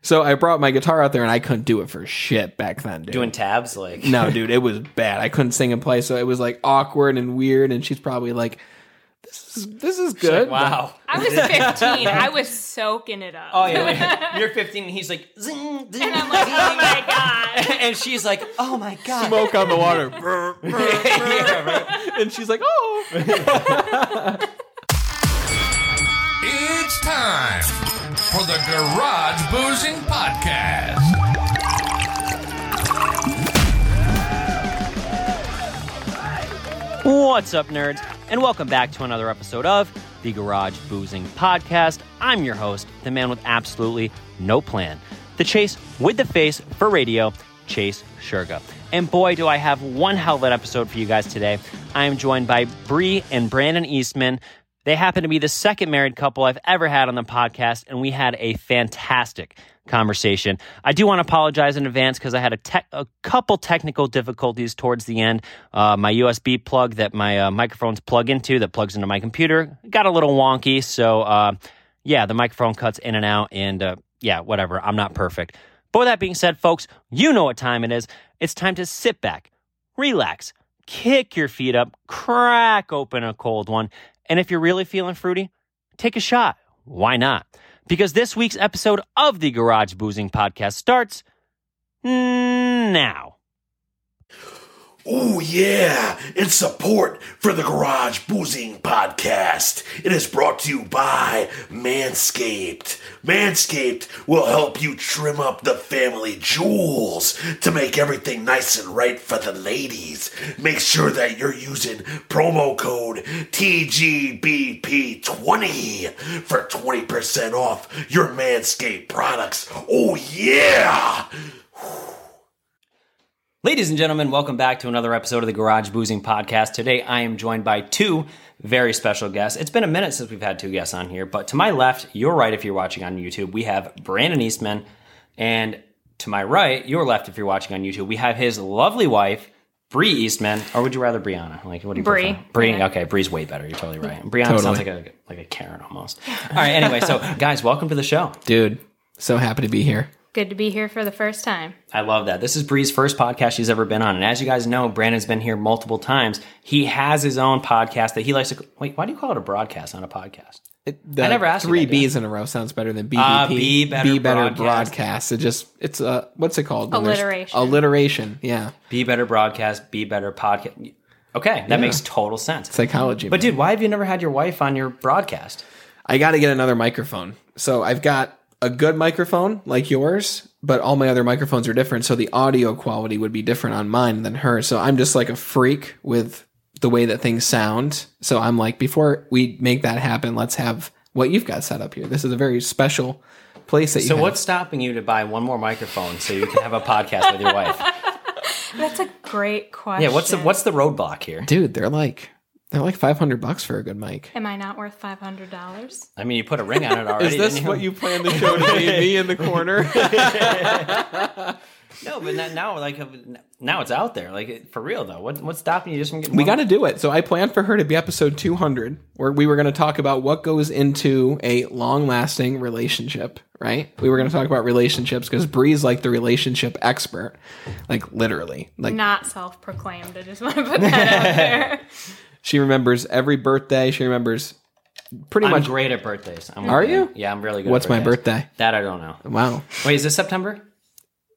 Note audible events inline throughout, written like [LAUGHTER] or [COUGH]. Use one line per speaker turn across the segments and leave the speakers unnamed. So I brought my guitar out there and I couldn't do it for shit back then, dude.
Doing tabs,
[LAUGHS]
like
no, dude, it was bad. I couldn't sing and play, so it was like awkward and weird. And she's probably like, "This is this is good."
wow. [LAUGHS]
I was 15. I was soaking it up.
Oh yeah, yeah. you're 15. And he's like, zing, zing,
And I'm like, oh my god.
[LAUGHS] and she's like, oh my god.
Smoke on the water, Brr, brr.
Yeah, right.
[LAUGHS] and she's like, "Oh."
It's time for the Garage Boozing Podcast.
What's up, nerds? And welcome back to another episode of the Garage Boozing Podcast. I'm your host, the man with absolutely no plan, the chase with the face for radio, Chase Sherga. And boy, do I have one hell of an episode for you guys today. I am joined by Bree and Brandon Eastman. They happen to be the second married couple I've ever had on the podcast, and we had a fantastic conversation. I do want to apologize in advance because I had a, te- a couple technical difficulties towards the end. Uh, my USB plug that my uh, microphones plug into, that plugs into my computer, got a little wonky. So, uh, yeah, the microphone cuts in and out, and uh, yeah, whatever. I'm not perfect. But with that being said, folks, you know what time it is. It's time to sit back, relax, kick your feet up, crack open a cold one. And if you're really feeling fruity, take a shot. Why not? Because this week's episode of the Garage Boozing Podcast starts now.
Oh, yeah. It's support for the Garage Boozing Podcast. It is brought to you by Manscaped. Manscaped will help you trim up the family jewels to make everything nice and right for the ladies. Make sure that you're using promo code TGBP20 for 20% off your Manscaped products. Oh, yeah.
Ladies and gentlemen, welcome back to another episode of the Garage Boozing Podcast. Today I am joined by two very special guests. It's been a minute since we've had two guests on here, but to my left, you're right if you're watching on YouTube, we have Brandon Eastman. And to my right, your left if you're watching on YouTube, we have his lovely wife, Bree Eastman. Or would you rather Brianna? Like what do you
Bree.
prefer? Bree, okay, Bree's way better. You're totally right. Brianna sounds like a like a Karen almost. All right, anyway, so guys, welcome to the show.
Dude, so happy to be here.
Good to be here for the first time.
I love that. This is Bree's first podcast she's ever been on. And as you guys know, Brandon's been here multiple times. He has his own podcast that he likes to. Wait, why do you call it a broadcast, not a podcast?
It, the
never asked you
three
that, dude.
B's in a row sounds better than BBP.
Ah, Be Better
broadcast.
Broadcast.
It just it's uh what's it called? When there's-
Alliteration.
Alliteration. Yeah,
Be better broadcast, be better podcast. Okay, that makes total sense.
psychology.
But dude, why have you never had your wife on your broadcast?
I got to get another microphone. So I've got a good microphone like yours, but all my other microphones are different. So the audio quality would be different on mine than hers. So I'm just like a freak with the way that things sound. So I'm like, before we make that happen, let's have what you've got set up here. This is a very special place that you
So
have.
what's stopping you to buy one more microphone so you can have a podcast with
[LAUGHS]
your wife?
That's a great question.
Yeah, what's the what's the roadblock here?
dude, they're like they're like 500 bucks for a good mic.
Am I not worth five hundred dollars?
I mean, you put a ring on it
[LAUGHS]
already. didn't
planned the show to be?
[LAUGHS]
Me in the corner.
No, but not now, like now it's out there. Like for real though, what, what's stopping you just from getting?
We
one-
got to do it. So I planned for her to be episode 200, where we were going to talk about what goes into a long lasting relationship, right? We were going to talk about relationships because Bree's like the relationship expert, like literally. Like
Not self proclaimed. I just want to put that out there.
she remembers every birthday. She remembers pretty
I'm
much.
great at birthdays. I'm
Are
really-
you?
Yeah, I'm really good.
What's
at
my
birthdays.
birthday?
That I don't know.
Wow.
Wait, is this September?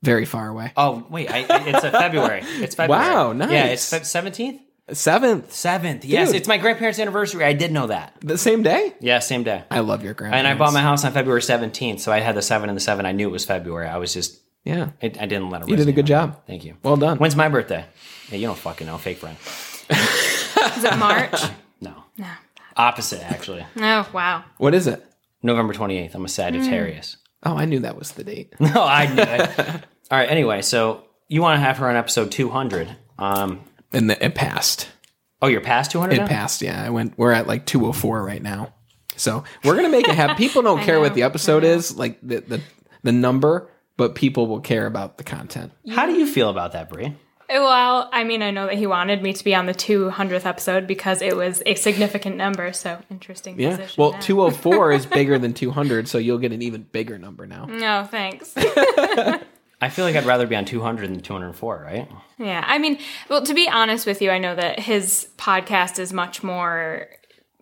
Very far away.
Oh, wait, I, it's a February.
[LAUGHS]
It's February.
Wow,
Yeah,
nice.
it's seventeenth,
Seventh,
seventh. Yes,
Dude.
it's my grandparents' anniversary. I did know that.
the same day?
Yeah, same day.
I love your grandma.
and I bought my house on February seventeenth, so I had the seven and the seven. I knew it was February. I was just,
Yeah.
it, I didn't let it.
You did a
resonate.
good job.
Thank you.
Well done.
When's my birthday? Yeah, you don't fucking know, fake friend.
Is it March?
No,
No.
opposite actually.
Oh wow.
What is it?
November twenty eighth. I'm a Sagittarius.
Oh, I knew that was the
[LAUGHS]
date.
No, Oh, I knew it. All right. Anyway, so you want to have her on episode 200. Um,
And the, it passed.
oh, you're past 200 now?
It passed. Yeah, I went. We're at like 204 right now. So we're gonna make it happen. People don't care what the episode is, like the, the the number, but people will care about the content.
How do you feel about that, Brie?
Well, I mean, I know that he wanted me to be on the 200th episode because it was a significant number. So interesting.
Yeah.
Position
Well,
there.
204 is bigger than 200, so you'll get an even bigger number now.
No, thanks.
I feel like I'd rather be on 200 than 204, right?
Yeah, I mean, well, to be honest with you, I know that his podcast is much more,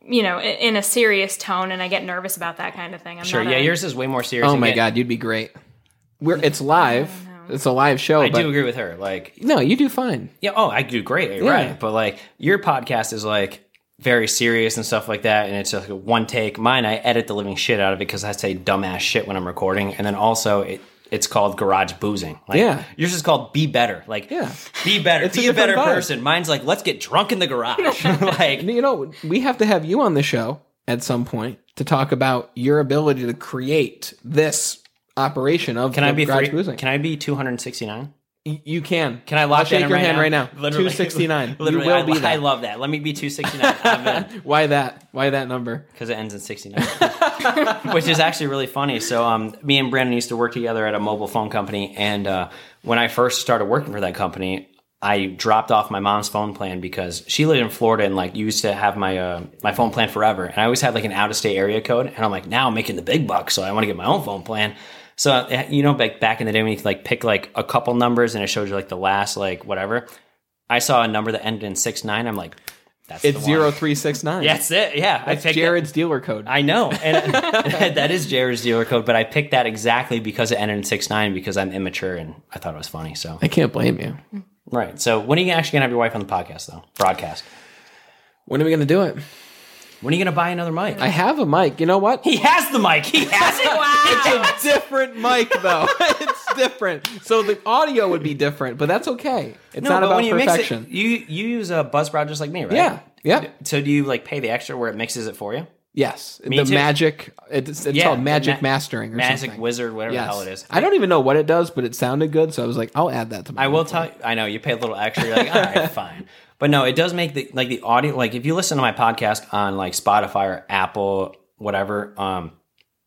you know, i- in a serious tone, and I get nervous about that kind of thing. I'm
Sure.
Not
Yeah,
a-
yours is way more serious.
Oh
and
my
get-
god, you'd be great. We're it's live. It's a live show,
I
but
do agree with her. Like,
no, you do fine.
Yeah. Oh, I do great. you're
Yeah.
Right. But like your podcast is like very serious and stuff like that. And it's just like one take. Mine, I edit the living shit out of it because I say dumbass shit when I'm recording. And then also it, it's called garage boozing. Like,
Yeah.
Yours is called be better. Like,
Yeah.
be better.
It's a
be a,
different
better
vibe.
person. Mine's like, let's get drunk in
[LAUGHS]
the garage. [LAUGHS] like,
You know, we have to have you on the show at some point to talk about your ability to create this operation of
can I be
garage
free?
boozing.
Can I be 269?
Y- you can.
Can I lock
I'll shake
that in
your
right
hand
now?
right now?
[LAUGHS] Literally-
269.
[LAUGHS] Literally,
you will
I,
be
I
that.
love that. Let me be 269. I'm
[LAUGHS]
in.
Why that? Why that number?
because it ends in 69 [LAUGHS] which is actually really funny so um, me and brandon used to work together at a mobile phone company and uh, when i first started working for that company i dropped off my mom's phone plan because she lived in florida and like used to have my uh, my phone plan forever and i always had like an out-of-state area code and i'm like now i'm making the big bucks so i want to get my own phone plan so uh, you know like back in the day when you could like pick like a couple numbers and it showed you like the last like whatever i saw a number that ended in 6-9 i'm like that's
It's
the
zero
one. [LAUGHS]
three six nine.
that's it yeah
That's
picked it.
Jared's dealer code.
I
[LAUGHS]
know, and [LAUGHS] that is Jared's dealer code. But I picked that exactly because it ended in six nine because I'm immature and I thought it was funny. So
I can't blame you.
right. So when are you actually gonna have your wife on the podcast though? Broadcast.
When are we gonna do it?
When are you gonna buy another mic?
I have a mic. You know what?
he has the mic. He
[LAUGHS]
has it.
Wow.
It's a different mic though. [LAUGHS] it's different. So the audio would be different, but that's okay. It's not about perfection.
mix it, you you use a Buzzsprout just like me, right?
yeah. Yeah.
So do you like pay the extra where it mixes it for you?
Yes.
Me
the
too.
magic it's, it's
Yeah,
called
the
magic
ma-
mastering or
Magic
something.
Wizard, whatever
Yes.
the hell it is.
I don't even know what it does, but it sounded good, so I was like, I'll add that to my
I will tell you. I know you pay a little extra. You're like, all right, [LAUGHS] fine. But no, it does make the like the audio. Like if you listen to my podcast on like Spotify or Apple, whatever, um,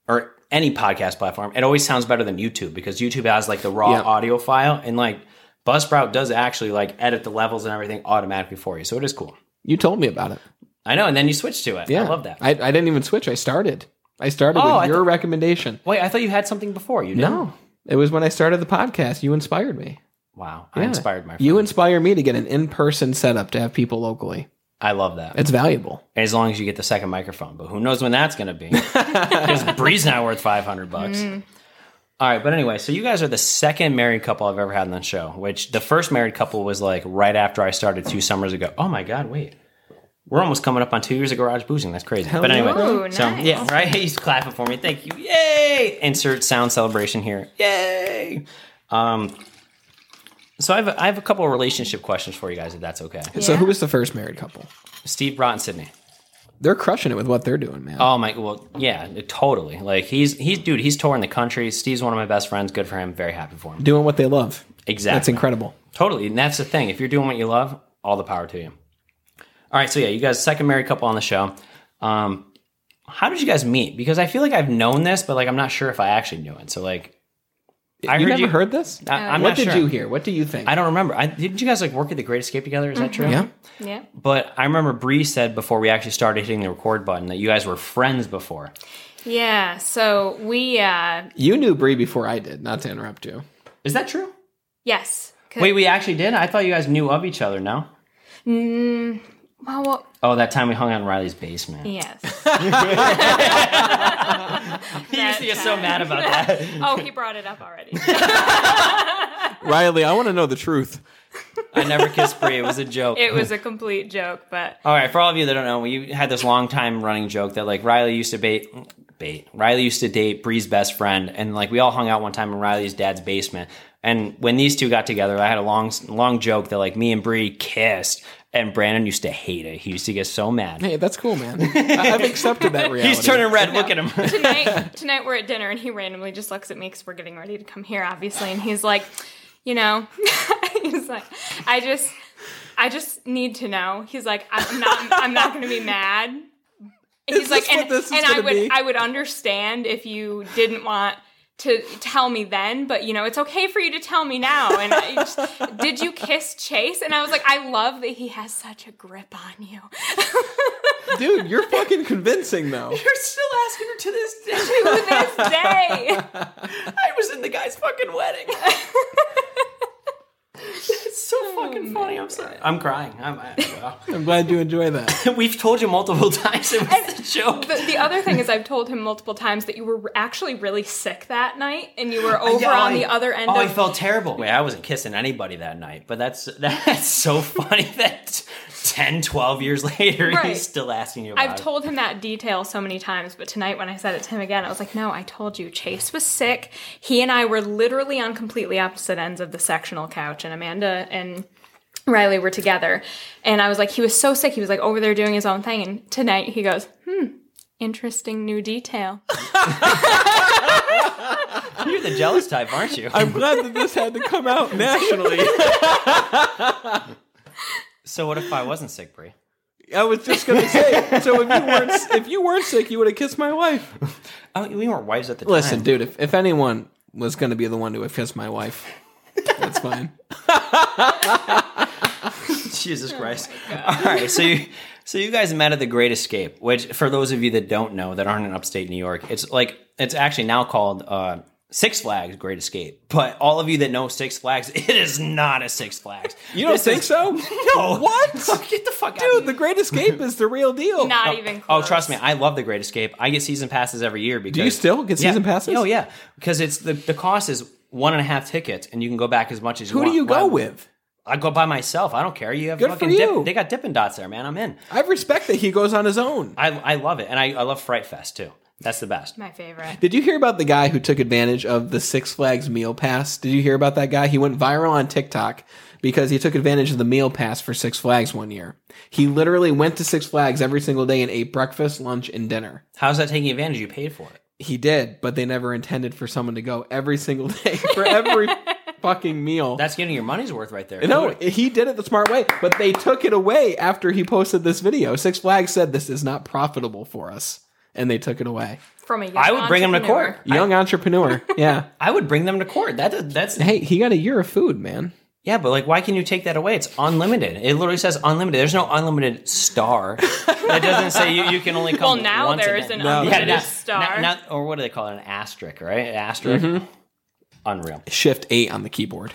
or any podcast platform, it always sounds better than YouTube because YouTube has like the raw
Yeah.
audio file and like Buzzsprout does actually like edit the levels and everything automatically for you. So it is cool.
You told me about it.
I know. And then you switch to it.
Yeah.
I love that.
I, I didn't even switch. I started. I started
Oh, I
with your
thought-
recommendation.
Wait, I thought you had something before. You did
No. It was when I started the podcast. You inspired me.
Wow, I
Yeah.
inspired my. Friend.
You inspire me to get an in person setup to have people locally.
I love that.
It's valuable.
as long as you get the second microphone. But who knows when that's going to be? [LAUGHS] Because Bree's not worth five hundred bucks.
Mm-hmm.
All right, but anyway, so you guys are the second married couple I've ever had on the show. Which the first married couple was like right after I started two summers ago. Oh my god, wait. We're almost coming up on two years of garage boozing. That's crazy. but
yeah.
anyway,
Ooh,
so
Oh, nice.
yeah, right. [LAUGHS] He's clapping for me. Thank you. Yay! Insert sound celebration here. Yay! Um, so I have I have a couple of relationship questions for you guys, if that's okay.
So
Yeah.
who was the first married couple?
Steve Brought and Sydney.
They're crushing it with what they're doing, man.
Oh my, well, yeah, totally. Like he's he's dude, he's touring the country. Steve's one of my best friends. Good for him. Very happy for him.
Doing what they love.
Exactly.
That's incredible.
Totally, and that's the thing. If you're doing what you love, all the power to you. All right, so yeah, you guys, second married couple on the show. Um, how did you guys meet? Because I feel like I've known this, but like I'm not sure if I actually knew it. So like, I
you
heard
never
you-
heard this?
I, am
what
not
did
sure.
you hear? What do you think?
I don't remember. I, didn't you guys like work at the Great Escape together? Is that true?
Mm-hmm. yeah.
yeah.
But I remember Bree said before we actually started hitting the record button that you guys were friends before.
Yeah. So we, uh,
You knew Bree before I did, not to interrupt you.
Is that true?
yes. 'Cause-
Wait, we actually did. I thought you guys knew of each other. No.
Well, well,
Oh, that time we hung out in Riley's basement. [LAUGHS]
yes.
He used to get so mad about that.
Oh, he brought it up already.
Riley, I want to know the truth.
[LAUGHS] I never kissed Bree. It was a joke.
It was a complete joke, but
All right, for all of you that don't know, we had this long time running joke that like Riley used to bait, bait. Riley used to date Bree's best friend, and like we all hung out one time in Riley's dad's basement. And when these two got together, I had a long, long joke that like me and Bree kissed, and Brandon used to hate it. He used to get so mad.
Hey, that's cool, man. I- I've accepted that reality.
[LAUGHS] He's turning red. Look at him.
tonight tonight we're at dinner and he randomly just looks at me because we're getting ready to come here obviously and he's like you know [LAUGHS] he's like i just i just need to know he's like i'm not i'm not gonna be mad he's
Is
like
this
and,
what this is
and i
gonna
would
be?"
i would understand if you didn't want to tell me then, but you know, it's okay for you to tell me now. And I just, did you kiss Chase? And I was like, I love that he has such a grip on
[LAUGHS]
you.
Dude, you're fucking convincing though.
You're still asking her to this day.
to this day.
[LAUGHS]
[LAUGHS]
I was in the guy's fucking wedding. That's so fucking funny. I'm sorry. I'm crying. I'm, I, wow.
I'm glad you enjoy that.
[LAUGHS] We've told you multiple times it was a joke.
The, the other thing is, I've told him multiple times that you were actually really sick that night, and you were over
Yeah,
on
I-
the other end
Oh, I
of.
felt terrible. Wait, I wasn't kissing anybody that night, but that's that's so [LAUGHS] funny that 10, 12 years [LAUGHS] later,
Right.
he's still asking you about
I've
it.
told him that detail so many times, but tonight when I said it to him again, I was like, "No, I told you. Chase was sick. He and I were literally on completely opposite ends of the sectional couch, and Amanda and Riley were together. And I was like, he was so sick. He was like over there doing his own thing. And tonight he goes, "Hmm, interesting new detail."
[LAUGHS] You're the jealous type, aren't
[LAUGHS]
you?
[LAUGHS] I'm glad that this had to come out nationally.
so what if I wasn't sick, Brie?
[LAUGHS] I was just gonna say. So if you weren't if you weren't sick, you would have kissed my wife.
Oh, we weren't wives at the
Listen,
time.
dude, if, if anyone was gonna be the one to have kissed my wife, that's fine.
[LAUGHS]
Oh
Jesus Christ. All right, so you so you guys met at the Great Escape, which for those of you that don't know that aren't in upstate New York, it's like it's actually now called uh Six Flags Great Escape. But all of you that know Six Flags, [LAUGHS] it is not a Six Flags.
You don't
This
think [LAUGHS]
is-
so?
No.
[LAUGHS] What?
Get the fuck out.
Dude, the Great Escape is the real deal.
Not even.
Oh,
Close.
trust me, I love the Great Escape. I get season passes every year because
Do you still get
Yeah.
season passes?
Oh yeah, because it's the the cost is one and a half tickets, and you can go back as much as you
Who
want.
do you go
Wow.
with?
I go by myself. I don't care. You have
Good for
fucking
you.
Dip, they got Dippin' Dots there, man. I'm in.
I respect that he goes on his own.
I I love it, and I, I love Fright Fest too. That's the best.
My favorite.
Did you hear about the guy who took advantage of the Six Flags meal pass? Did you hear about that guy? He went viral on TikTok because he took advantage of the meal pass for Six Flags one year. He literally went to Six Flags every single day and ate breakfast, lunch, and dinner.
How's that taking advantage? You paid for it.
He did, but they never intended for someone to go every single day [LAUGHS] for every fucking meal.
That's getting your money's worth right there.
no,
Who-
he did it the smart way, but they took it away after he posted this video. Six Flags said this is not profitable for us, and they took it away.
From a young
I would bring him to
entrepreneur.
court.
Young entrepreneur, yeah.
I would bring them to court. That that's
Hey, he got a year of food, man.
yeah, but like, why can you take that away? It's unlimited. It literally says unlimited. There's no unlimited star. that doesn't say you, you can only come.
Well, now
once a
there is
day.
an
No.
unlimited
now-
star.
now- now- or what do they call it? An asterisk, right? An asterisk. Unreal.
Shift eight on the [LAUGHS] keyboard.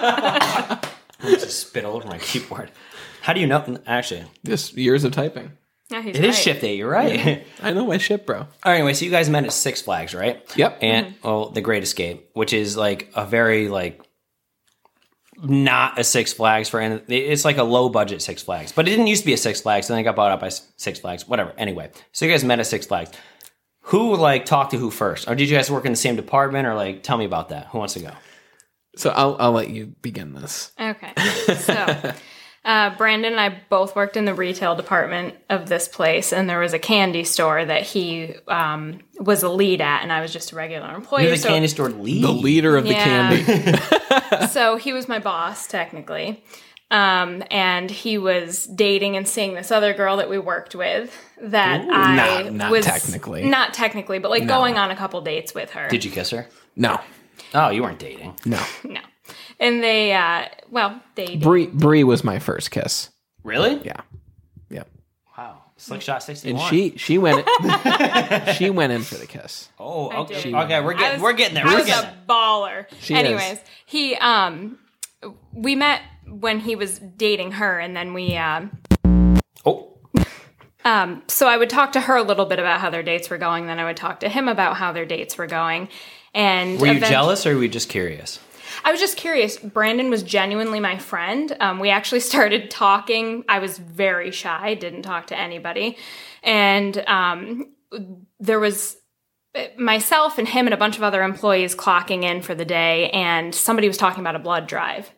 I just spit all over my keyboard. How do you know? Actually,
Just years of typing.
Yeah, Oh, he's
it is
right.
shift eight. You're [LAUGHS] right.
I know my ship, bro.
All right, anyway, so you guys met at Six Flags, right?
Yep.
And
Mm-hmm.
oh, the Great Escape, which is like a very like not a Six Flags for any. It's like a low budget Six Flags, but it didn't used to be a Six Flags. And then it got bought out by S- Six Flags. Whatever. Anyway, so you guys met at Six Flags. Who like talked to who first, or did you guys work in the same department, or like tell me about that? Who wants to go?
Oh,
So I'll, I'll let you begin this.
Okay.
[LAUGHS]
So, uh, Brandon and I both worked in the retail department of this place, and there was a candy store that he um, was a lead at, and I was just a regular employee.
You're the
so,
candy store lead.
The leader of the
Yeah.
candy.
[LAUGHS] so he was my boss technically, um, and he was dating and seeing this other girl that we worked with that I
not- not
was
technically.
not technically, but like going on a couple dates with her.
Did you kiss her?
No,
Oh, you weren't dating.
no.
No, and they uh, well they
Bree Bree was my first kiss.
Really?
Yeah, yeah.
Wow. Slick shot sixty
And
one.
she she went [LAUGHS] she went in for the kiss.
Oh, okay.
did.
Okay, we're
I
getting
was-
we're getting there.
I
We're
was
getting
a baller.
is.
Anyways, he um, we met when he was dating her, and then we um,
there. Oh.
so I would talk to her a little bit about how their dates were going. Then I would talk to him about how their dates were going. And
Were you
event-
jealous or were you just curious?
I was just curious. Brandon was genuinely my friend. Um, we actually [LAUGHS] started talking. I was very shy, didn't talk to anybody. And um, there was eh, myself and him and a bunch of other employees clocking in for the day, and somebody was talking about a
[LAUGHS]
blood drive.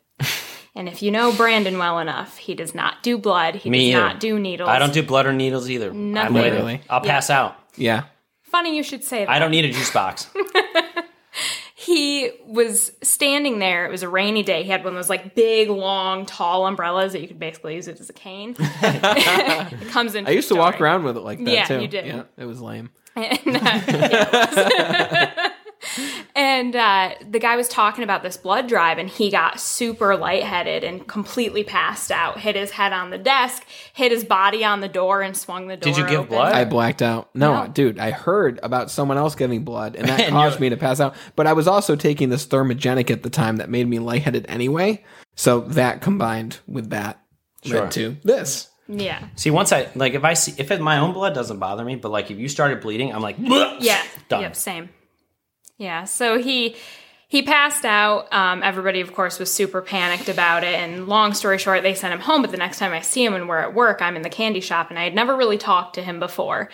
and if you know Brandon well enough, he does not do blood, he
Me
does
either.
not do needles.
I don't do blood or needles either.
Nothing.
I waited.
Literally.
I'll pass out.
Yeah.
Funny you should say that.
I don't need a juice
[LAUGHS]
box.
he was standing there. It was a rainy day. He had one of those like big, long, tall umbrellas that you could basically use it as
[LAUGHS]
a cane. it comes in.
I used to walk around with it like that
Yeah,
too.
you did.
Yeah, it was lame.
and uh, the guy was talking about this blood drive, and he got super lightheaded and completely passed out. Hit his head on the desk, hit his body on the door, and swung the door.
Did you give
open.
blood?
I blacked out. No,
No.
dude, I heard about someone else giving blood, and that
[LAUGHS] And
caused
you're-
me to pass out. But I was also taking this thermogenic at the time that made me lightheaded anyway. So that combined with that
Sure.
led to
[LAUGHS]
this.
Yeah,
See, once I like if I see if it, my own blood doesn't bother me, but like if you started bleeding, I'm like,
yeah,
Done.
yep, same. Yeah, so he he passed out. Um, everybody, of course, was super panicked about it. And long story short, they sent him home. But the next time I see him and we're at work, I'm in the candy shop, and I had never really talked to him before.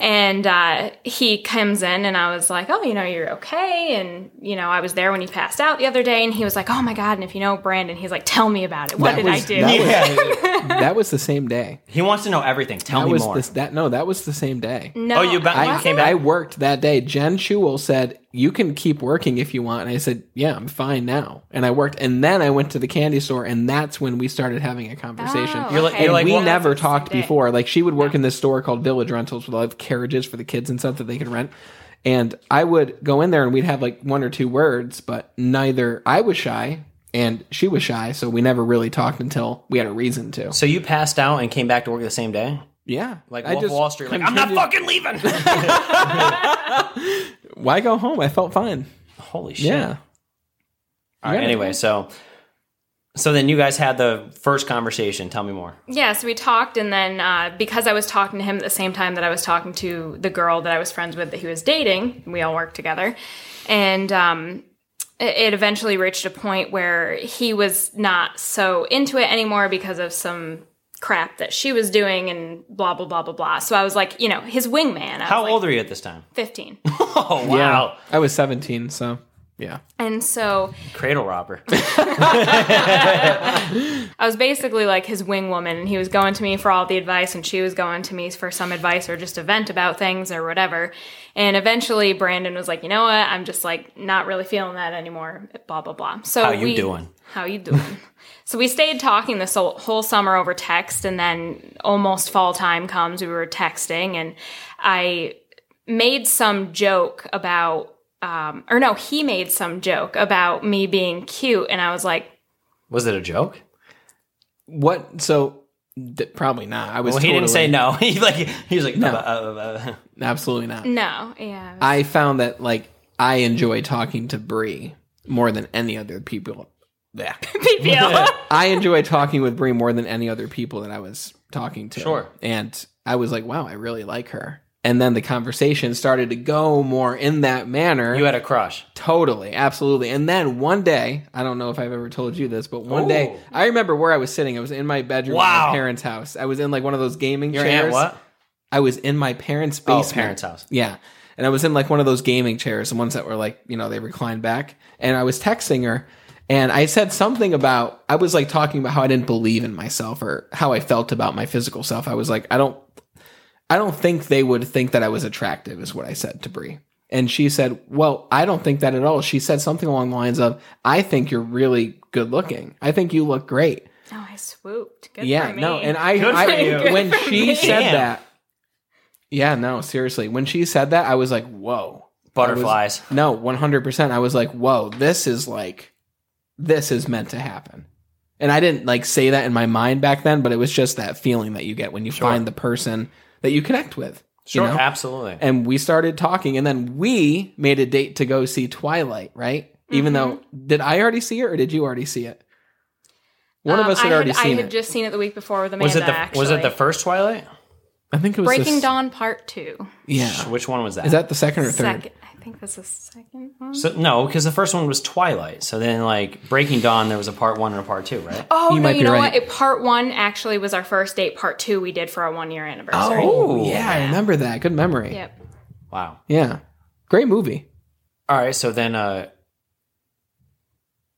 And uh, he comes in, and I was like, "Oh, you know, you're okay." And you know, I was there when he passed out the other day, and he was like, "Oh my god!" And if you know Brandon, he's like, "Tell me about it. What
That
did
was-
I do?"
that was-
[LAUGHS] Yeah.
that was the same day.
he wants to know everything. Tell
That
me
was
more.
this, that no, that was the same day.
No,
oh, you, ba-
I,
you came
I
back.
worked that day. Jen Shewell said, "You can keep working if you want." And I said, "Yeah, I'm fine now." And I worked, and then I went to the candy store, and that's when we started having a conversation.
Oh,
You're like-
okay.
and
you're like,
we
well-
never
That's the same
talked
day.
before. Like she would work in this store called Village Rentals with all the carriages for the kids and stuff that they could rent. And I would go in there and we'd have like one or two words, but neither I was shy and she was shy, so we never really talked until we had a reason to.
so you passed out and came back to work the same day.
Yeah,
Like Wolf of Wall Street, like I'm not
continued-
fucking leaving.
Why go home? I felt fine.
Holy shit!
Yeah.
All right.
Yeah.
Anyway, so so then you guys had the first conversation. Tell me more.
Yeah, so we talked, and then uh, because I was talking to him at the same time that I was talking to the girl that I was friends with that he was dating, we all worked together, and um, it, it eventually reached a point where he was not so into it anymore because of some crap that she was doing and blah blah blah blah blah. So I was like, you know, his wingman. I
How
was like,
old are you at this time?
Fifteen.
Oh wow,
I was 17, so yeah.
and so
cradle robber.
[LAUGHS]
I was basically like his wing woman, and he was going to me for all the advice, and she was going to me for some advice or just a vent about things or whatever. And eventually, Brandon was like, "You know what? I'm just like not really feeling that anymore." Blah blah blah. So
How you
we-
doing?
How you doing? [LAUGHS] so we stayed talking this whole, whole summer over text, and then almost fall time comes. We were texting, and I made some joke about. Um, or no, he made some joke about me being cute, and I was like,
Was it a joke?
What? So d- probably not. I was.
Well, he didn't say
totally-
no. [LAUGHS] he like he was like uh, uh, uh,
Absolutely not.
"No, yeah."
I found that like I enjoy talking to Bree more than any other people. Yeah.
PPL.
I enjoy talking with Bree more than any other people that I was talking to.
Sure.
And I was like, wow, I really like her. And then the conversation started to go more in that manner.
you had a crush.
Totally, absolutely. And then one day, I don't know if I've ever told you this, but one day,
Ooh.
I remember where I was sitting. I was in my bedroom at
Oh. Wow.
my parents' house. I was in like one of those gaming
Your
chairs.
aunt what?
I was in my parents'
Oh,
basement.
parents' house.
Yeah. And I was in like one of those gaming chairs, the ones that were like, you know, they reclined back. And I was texting her and I said something about, I was like talking about how I didn't believe in myself or how I felt about my physical self. I was like, I don't, I don't think they would think that I was attractive, is what I said to Brie. And she said, Well, I don't think that at all. She said something along the lines of, I think you're really good looking. I think you look great.
Oh, I swooped. Good
yeah,
for me.
no. And I,
Good
I-
for you.
[LAUGHS]
Good
[LAUGHS]
when she said
Damn.
that, yeah, no, seriously. When she said that, I was like, Whoa.
Butterflies.
No, one hundred percent. I was like, "Whoa, this is like, this is meant to happen." And I didn't like say that in my mind back then, but it was just that feeling that you get when you find the person that you connect with. you
sure,
know?
absolutely.
And we started talking, and then we made a date to go see Twilight. Right? Even
Mm-hmm.
though, did I already see it, or did you already see it? One of
Um,
us had
I
already seen
I had
it.
just seen it the week before with Amanda.
was it the
actually.
was it the first Twilight?
I think it was
Breaking
this-
Dawn Part Two?
Yeah,
Which one was that?
is that the second or third?
Second, I think that's the second one.
so, no, because the first one was Twilight. So then, like Breaking Dawn, there was a part one and a part two, right?
Oh
You
no!
might
You
be
know
right.
what? It, part one actually was our first date. Part two we did for our one year anniversary.
Oh, yeah, I remember that. Good memory.
Yep.
Wow.
Yeah, great movie.
All right. So then, uh,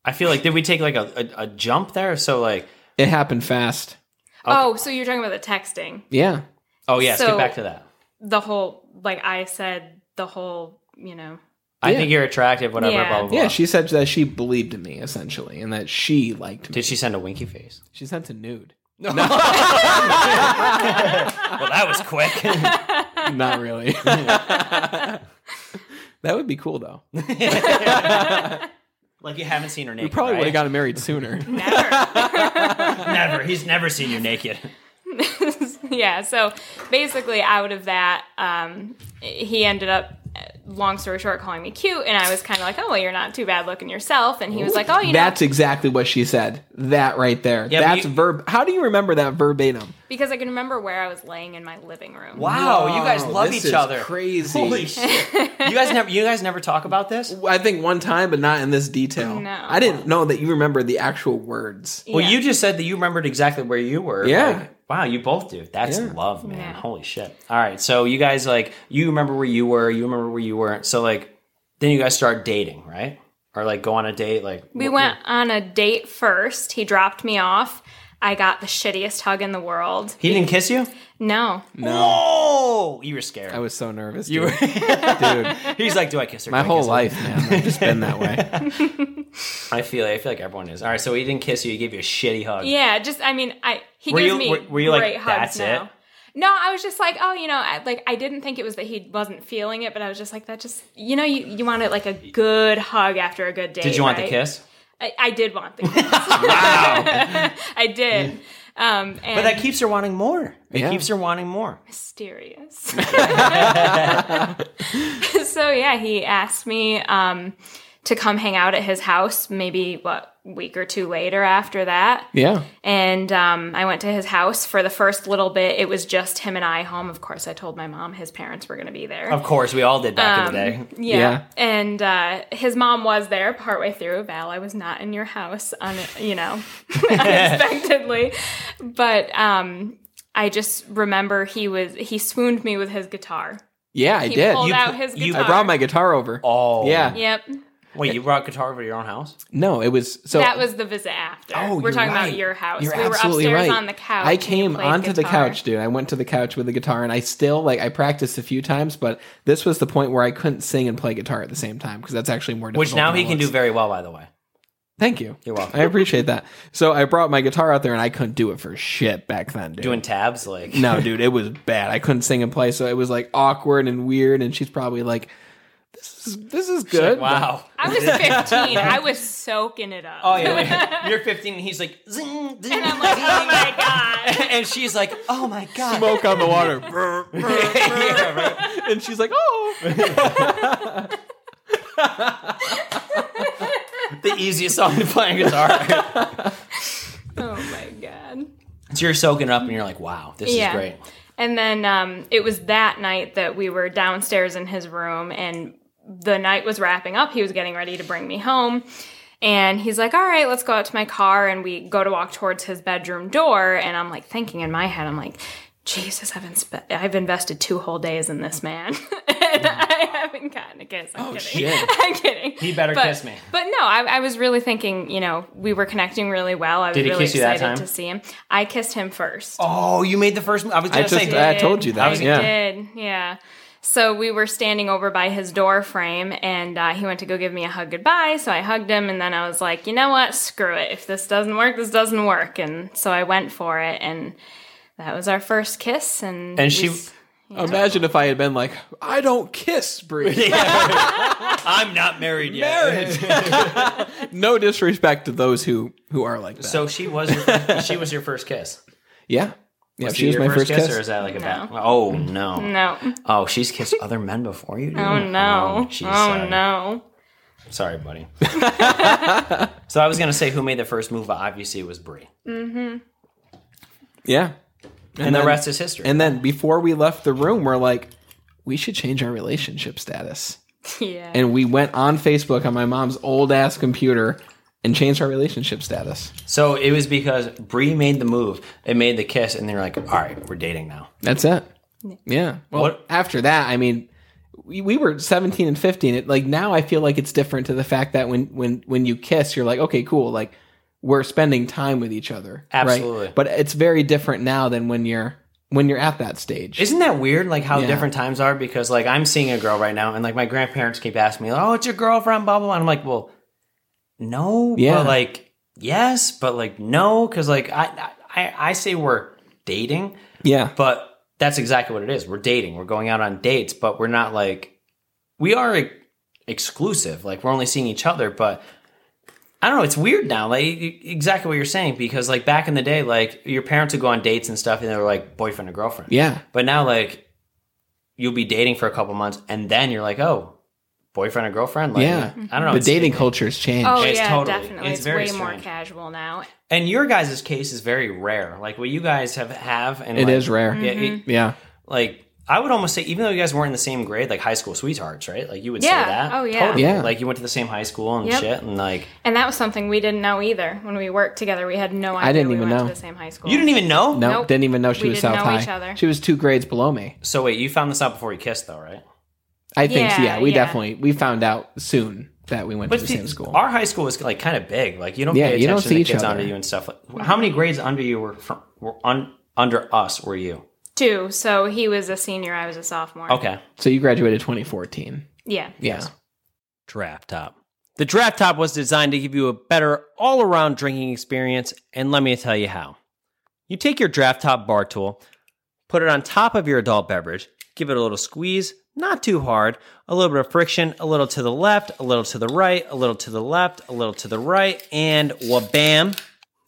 I feel like did we take like a, a, a jump there? So like,
It happened fast.
Oh, so you're talking about the texting?
Yeah.
oh yes,
So-
get back to that.
The whole like I said the whole you know
I
Yeah.
think you're attractive. Whatever.
Yeah.
Blah blah blah.
Yeah, she said that she believed in me essentially, and that she liked me.
did. She send a winky face.
she sent a [LAUGHS] nude.
Well, that was quick.
[LAUGHS]
[LAUGHS]
Not really. that That would be cool though. We
Like you haven't seen her naked.
probably
right?
would have gotten married
[LAUGHS]
sooner.
Never.
never. He's never seen you naked.
[LAUGHS] yeah. So basically, out of that, um, he ended up. Long story short, calling me cute, and I was kind of like, "Oh, well, you're not too bad looking yourself." And he was like, "Oh, you know,
That's exactly what she said. That right there.
Yeah, but
That's
you-
verb. How do you remember that verbatim?
because I can remember where I was laying in my living room."
Wow, you guys
Oh,
love
this
each
is
other.
Crazy.
[LAUGHS] Holy shit! You guys never. You guys never talk about this.
I think one time, but not in this detail.
No.
I didn't know that you remembered the actual words.
Well,
Yeah.
you just said that you remembered exactly where you were.
Yeah.
Like, wow, you both do. That's
Yeah.
love, man.
Yeah.
Holy shit. All right. So you guys like you remember where you were, you remember where you weren't. So like then you guys start dating, right? Or like go on a date, like
We went on a date first. He dropped me off. I got the shittiest hug in the world.
He didn't kiss you?
No.
No.
Oh, you were scared.
I was so nervous. You dude. [LAUGHS] dude.
He's like, do I [LAUGHS] kiss her?
My
Do I
whole
kiss her?"
life, man. I've just been that way.
I feel it. I feel like everyone is. All right, so he didn't kiss you. He gave you a shitty hug.
Yeah, just I mean, I he
Were
gives
you-
me
were- were you like,
great
"That's
hugs now.
it"?
No, I was just like, oh, you know, I, like I didn't think it was that he wasn't feeling it, but I was just like, that just you know, you you wanted like a good hug after a good day.
Did you want the
right?
kiss?
I, I did
[LAUGHS]
want the kiss. [LAUGHS] I did. Um, and
But that keeps her wanting more. It
Yeah.
keeps her wanting more.
mysterious. [LAUGHS] so yeah, he asked me um, to come hang out at his house. Maybe what week or two later after that,
[LAUGHS] Yeah.
and um, I went to his house for the first little bit. It was just him and I home. Of course, I told my mom his parents were going to be there.
Of course, we all did back in
Um,
the day.
Yeah.
Yeah.
And uh, his mom was there partway through. Val, I was not in your house, on you know, [LAUGHS] unexpectedly. But um, I just remember he was he swooned me with his guitar.
Yeah, I
He
did.
pulled
You-
out his
you-
guitar.
I brought my guitar over.
Oh.
Yeah.
Yep,
Wait, you brought guitar over to your own house?
No, it was so
that was the visit after.
Oh,
We're
you're
talking
right.
about your house.
You're
we were
absolutely
upstairs
right.
on the couch.
I
and you
came
played
onto the
guitar.
couch, dude. I went to the couch with the guitar, and I still like I practiced a few times, but this was the point where I couldn't sing and play guitar at the same time because that's actually more difficult.
Which now
than
he
it
can do
looks.
very well, by the way.
Thank you.
You're welcome.
I appreciate that. So I brought my guitar out there, and I couldn't do it for shit back then, dude.
Doing tabs,
[LAUGHS]
like
no, dude, it was bad. I couldn't sing and play, so it was like awkward and weird. And she's probably like, "This is this is good."
[LAUGHS] wow.
I was 15. I was soaking it up.
Oh yeah, like, you're 15, and he's like, zing, zing,
And I'm like, oh my god.
and she's like, oh my
[LAUGHS]
god.
Smoke on the water,
[LAUGHS] Yeah, right.
[LAUGHS] and she's like, "Oh."
The easiest song to play on guitar. [LAUGHS]
Oh my god.
so you're soaking up, and you're like, wow, this
Yeah.
is great.
And then um, it was that night that we were downstairs in his room, and the night was wrapping up. He was getting ready to bring me home. And he's like, all right, let's go out to my car. And we go to walk towards his bedroom door. And I'm like, thinking in my head, I'm like, Jesus, I've, inspe- I've invested two whole days in this man. [LAUGHS] and I haven't gotten a kiss. I'm kidding.
shit.
[LAUGHS] I'm kidding.
Mm-hmm. Oh, He better
But-
kiss me.
But no, I, I was really thinking, you know, we were connecting really well. I was
Did he
really
kiss you that
excited
time?
to see him. I kissed him first.
Oh, you made the first. move. I was
I
gonna
just
say,
I told you that.
I
yeah.
did. Yeah. So we were standing over by his door frame, and uh, he went to go give me a hug goodbye. So I hugged him, and then I was like, you know what? Screw it. If this doesn't work, this doesn't work. And so I went for it, and that was our first kiss. And
And
we
she-
s-
Imagine if I had been like, I don't kiss, [LAUGHS] Bree.
I'm not married yet.
[LAUGHS] no disrespect to those who who are like that.
So she was. Your [LAUGHS] first, she was your first kiss.
yeah, yeah, she was
your
my first kiss.
or is that like a bad? Oh no.
no,
Oh, she's kissed other men before you. dude?
oh no,
she's,
oh
uh,
no.
Sorry, buddy. so I was gonna say who made the first move, but obviously it was Brie, and,
yeah,
the
then-
rest is history.
and then before we left the room, we're like, we should change our relationship status.
Yeah.
And we went on Facebook on my mom's old ass computer and changed our relationship status.
so it was because Brie made the move, it made the kiss, and they're like, "All right, we're dating now."
That's it. Yeah. Well,
What-
after that, I mean, we, we were 17 and 15. It, like now I feel like it's different to the fact that when, when, when you kiss, you're like, okay, cool. Like we're spending time with each other. right?
Absolutely.
But it's very different now than when you're, when you're at that stage.
Isn't that weird? Like how
Yeah.
different times are because like I'm seeing a girl right now, and like my grandparents keep asking me, "Oh, it's your girlfriend?" Blah blah. blah. And I'm like, "Well, no,
Yeah.
but like yes, but like no," because like I, I I say we're dating,
yeah.
But that's exactly what it is. We're dating. We're going out on dates, but we're not like we are e-, exclusive. Like we're only seeing each other, but I don't know. It's weird now. Like e- exactly what you're saying because like back in the day, like your parents would go on dates and stuff, and they were like boyfriend or girlfriend.
Yeah.
But now like you'll be dating for a couple months, and then you're like, oh, boyfriend or girlfriend. Like,
Yeah.
I don't know.
The
it's-
dating culture's changed.
Oh
It's
yeah,
totally-
definitely.
it's
It's,
very
way more
strange.
casual now.
and your guys' case is very rare. Like what you guys have have, and
It
like,
is rare.
Yeah, it-
Yeah.
like I would almost say, even though you guys weren't in the same grade, like high school sweethearts, right? Like you would
Yeah.
say that.
Oh, yeah.
Totally.
Yeah.
Like you went to the same high school and
Yep.
shit, and like
And that was something we didn't know either when we worked together. We had no idea.
didn't
we
even
went
know.
to the same high school.
you didn't even know.
No,
Nope.
didn't even know she
We
was
didn't
South
know
High.
each other.
She was two grades below me.
So wait, you found this out before you kissed, though, right?
I think. Yeah,
Yeah,
we
yeah.
definitely we found out soon that we went to the
see,
same school.
Our high school was like kind of big. Like you don't
Yeah,
pay attention
you don't
to
see
the
each
kids
other.
under you and stuff. Like, how many grades under you were from? Were un, under us were you?
Two. So he was a senior. I was a sophomore.
Okay.
so you graduated 2014.
Yeah.
Yeah.
Draft Top. The Draft Top was designed to give you a better all around drinking experience, and let me tell you how. You take your Draft Top bar tool, put it on top of your adult beverage, give it a little squeeze, not too hard, a little bit of friction, a little to the left, a little to the right, a little to the left, a little to the right, and wabam.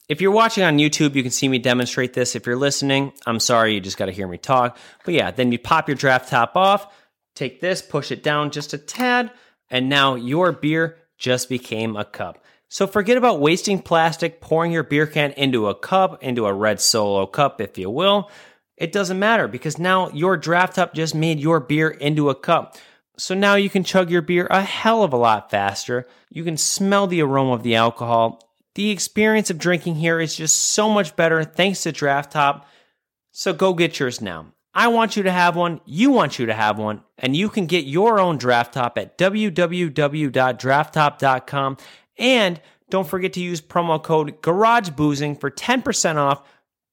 If you're watching on YouTube, you can see me demonstrate this. If you're listening, I'm sorry, you just got to hear me talk. But yeah, then you pop your draft top off, take this, push it down just a tad, and now your beer just became a cup. So forget about wasting plastic, pouring your beer can into a cup, into a red solo cup, if you will. It doesn't matter because now your draft top just made your beer into a cup. So now you can chug your beer a hell of a lot faster. You can smell the aroma of the alcohol. The experience of drinking here is just so much better thanks to Draft Top. So go get yours now. I want you to have one. You want you to have one. And you can get your own draft top at www.drafttop.com. And don't forget to use promo code GarageBoozing for 10% off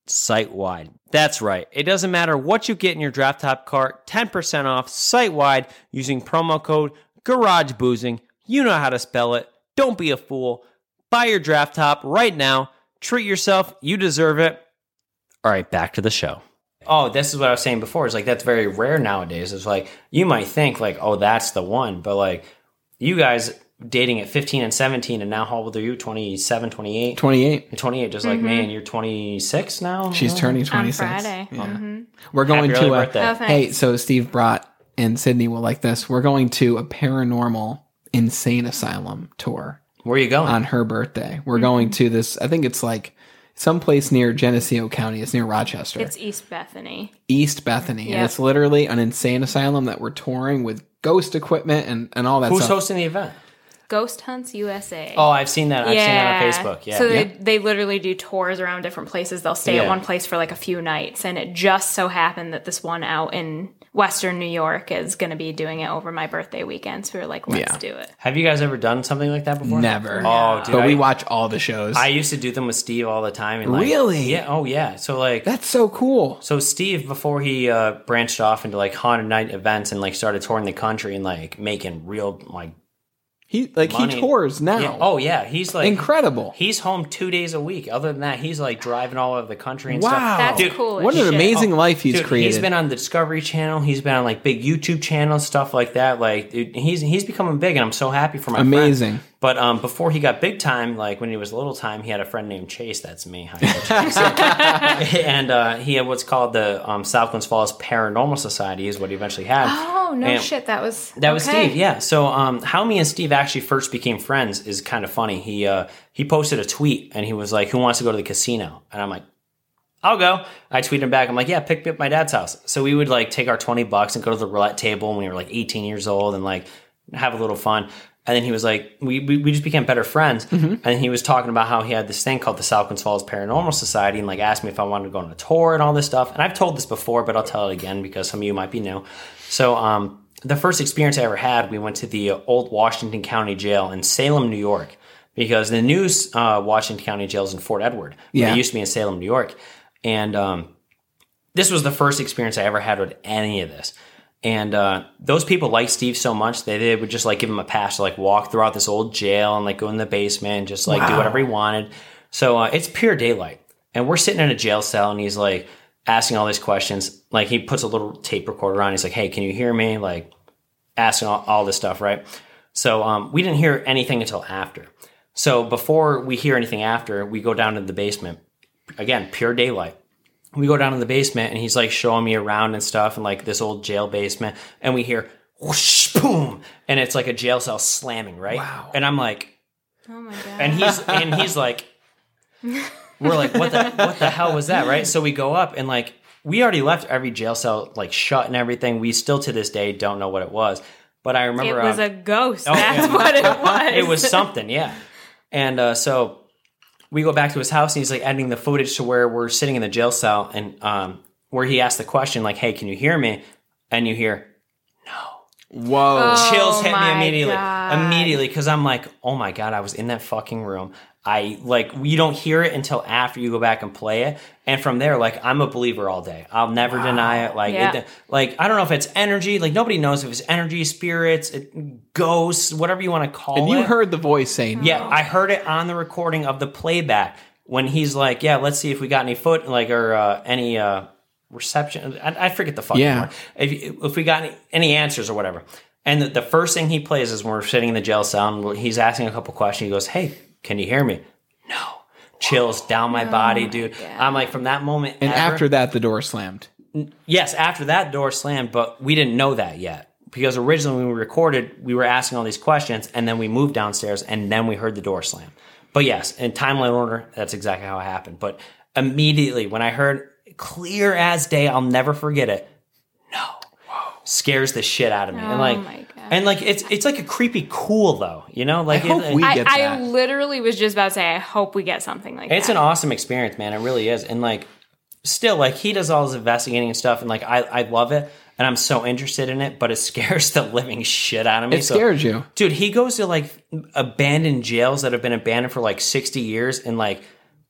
site wide. That's right. It doesn't matter what you get in your draft top cart, 10% off site wide using promo code GarageBoozing. You know how to spell it. Don't be a fool. Buy your draft top right now. Treat yourself. You deserve it. All right, back to the show.
Oh, this is what I was saying before. It's like that's very rare nowadays. It's like you might think like, oh, that's the one, but like you guys dating at 15 and 17 and now how old are you 27 28
28.
28 just like
Mm-hmm.
me and you're 26 now
She's turning
On
26.
Friday.
Yeah. We're going
Happy
to
early
a,
birthday.
Oh,
Hey,
thanks.
so Steve Brat and Sydney will like this. We're going to a paranormal insane asylum tour
where are you going
on her birthday.
Mm-hmm.
We're going to this. I think it's like someplace near Geneseo County. It's near Rochester,
It's East Bethany.
East Bethany, and
Yeah.
it's literally an insane asylum that we're touring with ghost equipment and and all that
who's
stuff.
hosting the event
Ghost Hunts USA.
oh i've seen that i've seen that on facebook yeah
So they, they literally do tours around different places. They'll stay
Yeah.
at one place for like a few nights. And it just so happened that this one out in Western New York is going to be doing it over my birthday weekend. So we were like, let's
Yeah.
do it.
have you guys ever done something like that before
Never.
oh dude,
but we
I-
watch all the shows.
I used to do them with Steve all the time. And like,
Really?
Yeah. Oh, yeah. So like,
That's so cool.
so Steve before he uh, branched off into like haunted night events and like started touring the country and like making real like.
He like
Money-
he tours now.
Yeah. Oh yeah, he's like
incredible!
He's home two days a week. Other than that, he's like driving all over the country and
Wow.
stuff.
That's
Dude,
cool. as
what an
shit.
amazing life he's
Oh, Dude,
created.
He's been on the Discovery Channel. He's been on like big YouTube channels, stuff like that. Like dude, he's he's becoming big, and I'm so happy for my friend.
Amazing.
But um, before he got big time, like when he was little time, he had a friend named Chase. That's me. Hi,
[LAUGHS]
I'm Chase. and uh, he had what's called the um, Southlands Falls Paranormal Society is what he eventually had.
Oh, no
And-
shit. That was.
that was
okay.
Steve, yeah. So um, how me and Steve actually first became friends is kind of funny. He uh, he posted a tweet and he was like, "Who wants to go to the casino?" And I'm like, "I'll go." I tweeted him back. I'm like, "Yeah, pick me up at my dad's house." So we would like take our twenty bucks and go to the roulette table when we were like 18 years old and like have a little fun. And then he was like, we, we, we just became better friends. And he was talking about how he had this thing called the Salkins Falls Paranormal Society and like asked me if I wanted to go on a tour and all this stuff. And I've told this before, but I'll tell it again because some of you might be new. So, um, the first experience I ever had, we went to the uh, old Washington County Jail in Salem, New York, because the new uh, Washington County Jail is in Fort Edward. but
Yeah.
It used to be in Salem, New York. And um, this was the first experience I ever had with any of this. And uh, those people like Steve so much they, they would just like give him a pass to like walk throughout this old jail and like go in the basement and just like do whatever he wanted. So uh, it's pure daylight, and we're sitting in a jail cell, and he's like asking all these questions. Like he puts a little tape recorder on. He's like, "Hey, can you hear me?" Like asking all, all this stuff, right? So um, we didn't hear anything until after. So before we hear anything after, we go down to the basement. Again, pure daylight. We go down to the basement and he's like showing me around and stuff and like this old jail basement. And we hear whoosh, boom. And it's like a jail cell slamming, right? Wow. And I'm like,
Oh my god.
and he's and he's like we're like what the what the hell was that right so we go up and like we already left every jail cell like shut and everything we still to this day don't know what it was but i
it
remember
was
um,
a ghost.
yeah.
That's what it was.
[LAUGHS] it was something yeah and uh, so we go back to his house and he's like editing the footage to where we're sitting in the jail cell and um, where he asked the question like hey can you hear me and you hear
Whoa.
chills
Oh
hit me
my
immediately
God.
immediately because i'm like oh my god i was in that fucking room i like you don't hear it until after you go back and play it and from there like i'm a believer all day i'll never deny it like
Yeah.
it, like i don't know if it's energy like nobody knows if it's energy spirits it, ghosts whatever you want to call
And
it
you heard the voice saying,
yeah, I heard it on the recording of the playback when he's like, "Yeah, let's see if we got any foot like or uh, any uh, reception." I, I forget the fucking
Yeah.
word. If, if we got any, any answers or whatever. And the, the first thing he plays is when we're sitting in the jail cell and he's asking a couple questions. He goes, "Hey, can you hear me?" No. Chills down my body, dude. I'm like, from that moment,
And
ever-
after that, the door slammed.
Yes, after that door slammed, but we didn't know that yet because originally when we recorded, we were asking all these questions and then we moved downstairs and then we heard the door slam. But yes, in timeline order, that's exactly how it happened. But immediately when I heard clear as day, I'll never forget it. No. Scares the shit out of me. and like
my God.
and like it's it's like a creepy cool though, you know? Like
I hope
it-
we
I,
get
I
that.
literally was just about to say, I hope we get something like
It's
that.
an awesome experience, man. It really is. And like, still, like he does all his investigating and stuff, and like I, I love it, and I'm so interested in it, [LAUGHS] but it scares the living shit out of me.
It
So-
scared you.
dude. He goes to like abandoned jails that have been abandoned for like 60 years, and like.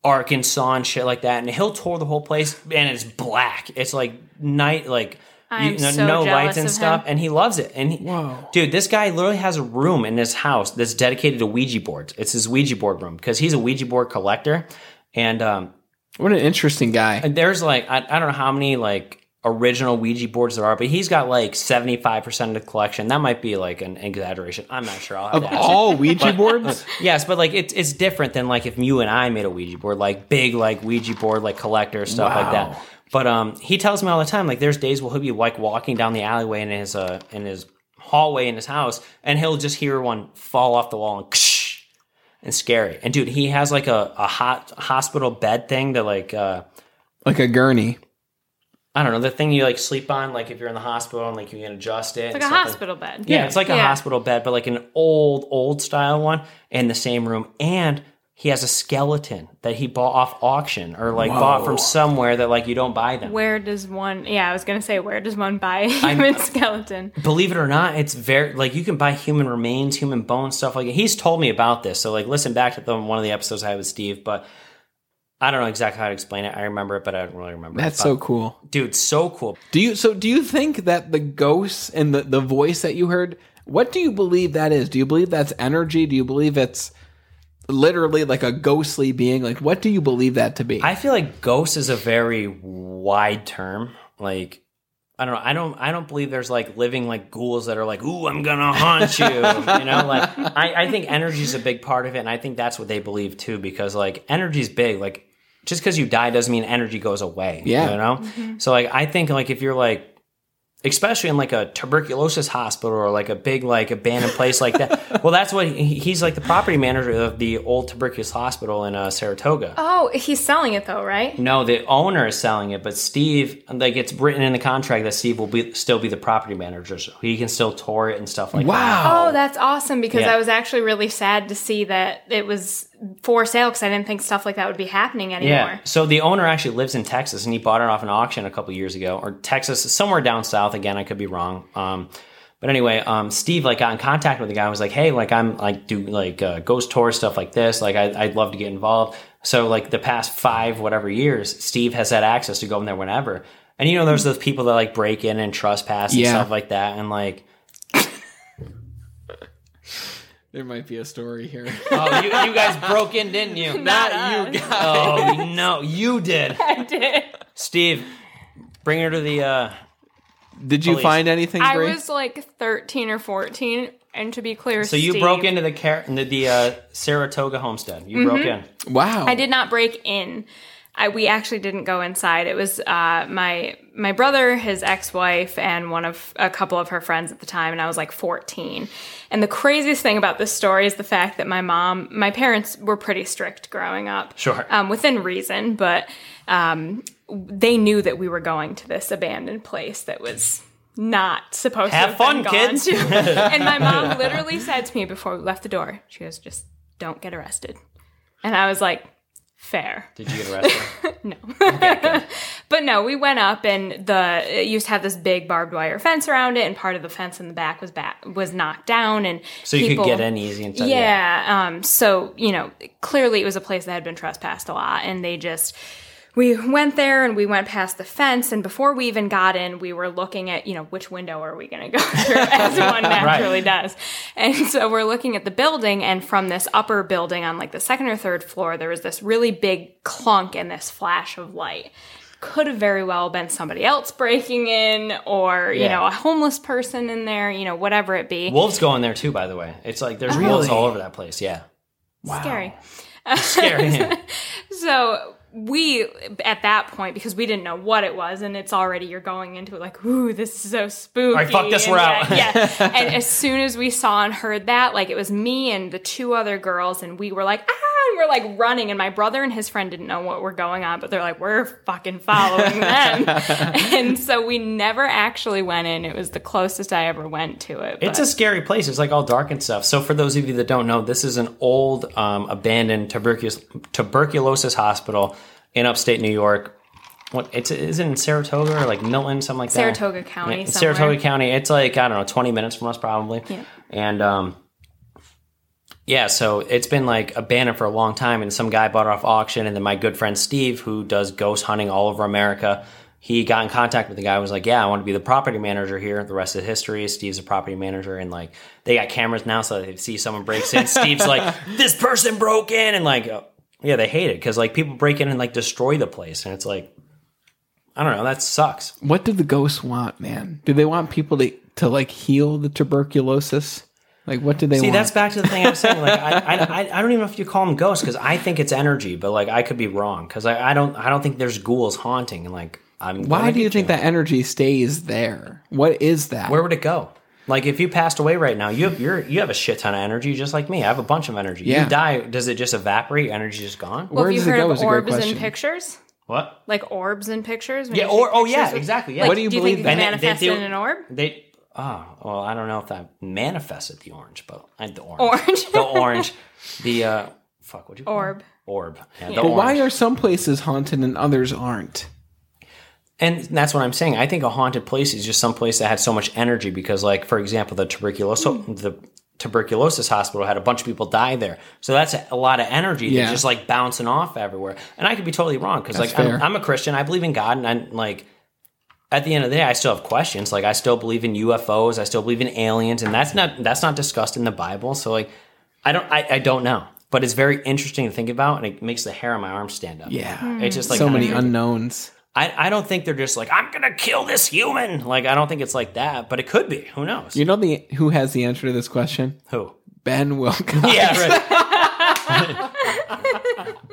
Arkansas and shit like that, and he'll tour the whole place, and it's black. It's like night, like
I'm
you know,
so
no
jealous
lights and
of
stuff,
him.
and he loves it. And he,
Whoa.
dude, this guy literally has a room in his house that's dedicated to Ouija boards. It's his Ouija board room because he's a Ouija board collector, and um,
What an interesting guy.
and there's like I, I don't know how many like original Ouija boards there are, but he's got like 75% of the collection. That might be like an exaggeration. I'm not sure. I'll have
Of
to ask him. [LAUGHS]
all Ouija boards?
Yes, but like it's it's different than like if you and I made a Ouija board, like big like Ouija board like collector stuff like
Wow.
that. But um, he tells me all the time like there's days where he'll be like walking down the alleyway in his uh in his hallway in his house, and he'll just hear one fall off the wall and. and scary, and dude, he has like a, a hot hospital bed thing that like uh,
Like a gurney.
I don't know, the thing you like sleep on, like if you're in the hospital and like you can adjust it.
It's
and
like a
stuff
hospital bed.
Yeah, it's like a
Yeah.
hospital bed, but like an old, old style one in the same room. And he has a skeleton that he bought off auction or like bought from somewhere that like you don't buy them.
Where does one? Yeah, I was gonna say, where does one buy a
I'm-
human skeleton?
Believe it or not, it's very like you can buy human remains, human bones, stuff like that. He's told me about this. So like listen back to them one of the episodes I had with Steve, but I don't know exactly how to explain it. I remember it, but I don't really remember. it.
That's
But-
so cool.
dude, so cool.
Do you so do you think that the ghosts and the, the voice that you heard, what do you believe that is? Do you believe that's energy? Do you believe it's literally like a ghostly being? Like what do you believe that to be?
I feel like ghost is a very wide term. Like I don't know. I don't I don't believe there's like living like ghouls that are like, ooh, I'm gonna haunt
[LAUGHS]
you. you know, like I, I think energy's a big part of it, and I think that's what they believe too, because like energy's big. Like just because you die doesn't mean energy goes away.
Yeah.
You know? So like I think like if you're like especially in like a tuberculosis hospital or like a big like abandoned place like that [LAUGHS] well that's what he, he's like the property manager of the old tuberculosis hospital in uh, saratoga
Oh, he's selling it though, right?
no, the owner is selling it, but Steve, like it's written in the contract that Steve will be still be the property manager, so he can still tour it and stuff like that.
wow.
Oh, that's awesome because
Yeah.
I was actually really sad to see that it was for sale because I didn't think stuff like that would be happening anymore.
Yeah. So the owner actually lives in Texas, and he bought it off an auction a couple years ago, or Texas, somewhere down south. Again, I could be wrong. Um, but anyway, um, Steve like got in contact with the guy. and was like, "Hey, like I'm like do like uh, ghost tour stuff like this. Like I, I'd love to get involved." So like the past five whatever years, Steve has had access to go in there whenever. And you know, there's those people that like break in and trespass and
Yeah.
stuff like that, and like.
There might be a story here. [LAUGHS]
Oh, you, you guys broke in, didn't
[LAUGHS]
you?
Not you guys.
Oh no, you did,
I did.
Steve. Bring her to the. uh
Did you
Police.
find anything,
I
Bree?
was like 13 or 14 And to be clear,
So you broke
Steve,
into the car- the, the uh, Saratoga homestead. You broke in.
Mm-hmm.
Wow.
I did not break in. I, we actually didn't go inside. It was uh, my my brother, his ex wife, and one of a couple of her friends at the time, and I was like 14. And the craziest thing about this story is the fact that my mom, my parents were pretty strict growing up,
Sure.
um, within reason, but um, they knew that we were going to this abandoned place that was not supposed
Have
to have
fun,
been gone
kids. [LAUGHS]
to. and my mom literally said to me before we left the door, she goes, "Just don't get arrested." And I was like, fair.
Did you get arrested?
But no, we went up and the it used to have this big barbed wire fence around it and part of the fence in the back was back was knocked down and
so you
people-
could get in easy and stuff.
yeah. Um, so, you know, clearly it was a place that had been trespassed a lot. And they just, we went there and we went past the fence. And before we even got in, we were looking at, you know, which window are we going to go [LAUGHS] through, as one naturally does. And so we're looking at the building. And from this upper building on like the second or third floor, there was this really big clunk and this flash of light. Could have very well been somebody else breaking in, or you
Yeah.
know, a homeless person in there, you know, whatever it be.
Wolves go in there too. By the way, it's like
Oh,
there's wolves all over that place.
[LAUGHS]
Yeah.
Scary.
Scary.
So we at that point because we didn't know what it was and it's already you're going into it like ooh this is so spooky
right, fuck this,
and
we're
that-
out.
yeah and as soon as we saw and heard that like it was me and the two other girls and we were like ah and we're like running and my brother and his friend didn't know what were going on but they're like we're fucking following them and so we never actually went in it was the closest I ever went to it
[LAUGHS] It's
but-
a scary place. It's like all dark and stuff. So for those of you that don't know, this is an old um, abandoned tuberculosis, tuberculosis hospital in upstate New York. What it's is it in Saratoga or like Milton, something like
Saratoga
that.
County
Yeah,
somewhere.
Saratoga County. It's like I don't know, twenty minutes from us probably.
Yeah.
And um, yeah, so it's been like abandoned for a long time, and some guy bought it off auction, and then my good friend Steve, who does ghost hunting all over America, he got in contact with the guy. and Was like, "Yeah, I want to be the property manager here." The rest is history. Steve's a property manager, and like they got cameras now, so they see someone breaks in. Steve's
[LAUGHS]
like, "This person broke in," and like, uh, yeah, they hate it because like people break in and like destroy the place, and it's like, I don't know, that sucks.
What did the ghosts want, man? Do they want people to to like heal the tuberculosis? Like, what did they
See,
want?
that's back to the thing I'm saying. Like, I, I, I, I don't even know if you call them ghosts because I think it's energy, but like I could be wrong because I, I don't, I don't think there's ghouls haunting. And like, I'm.
Why
gonna
do you
get
think that energy stays there? What is that?
Where would it go? Like, if you passed away right now, you have you're, you have a shit ton of energy, just like me. I have a bunch of energy.
Yeah.
You die, does it just evaporate? Your Energy just gone?
well,
where
have you
does it
heard
go
of
is a great
orbs in
question.
pictures
What?
like orbs in pictures when
Yeah,
you
or-
take
oh, yeah,
pictures with-
exactly, yeah.
like,
What
do
do
you
you,
believe-
think that
And it- they
manifested
do-
in an orb
They. Oh well, I don't know if that manifested the orange, but I, the orange,
Orange.
the orange, the uh, fuck, what you call it?
Orb.
orb, yeah, the
but why
orange.
are some places haunted and others aren't?
And that's what I'm saying. I think a haunted place is just some place that had so much energy because, like, for example, the tuberculosis
Hmm.
the tuberculosis hospital had a bunch of people die there. So that's a, a lot of energy
Yeah.
that's just like bouncing off everywhere. And I could be totally wrong because, like, I'm,
fair.
I'm a Christian. I believe in God, and I'm like. At the end of the day, I still have questions. Like I still believe in UFOs, I still believe in aliens, and that's not that's not discussed in the Bible. So like, I don't I, I don't know, but it's very interesting to think about, and it makes the hair on my arm stand up.
Yeah.
Hmm.
it's just like
so
kinda
many
crazy.
unknowns.
I, I don't think they're just like, I'm gonna kill this human. Like I don't think it's like that, but it could be. Who knows?
You know the who has the answer to this question?
Who?
Ben Wilcox.
[LAUGHS] Yeah, right.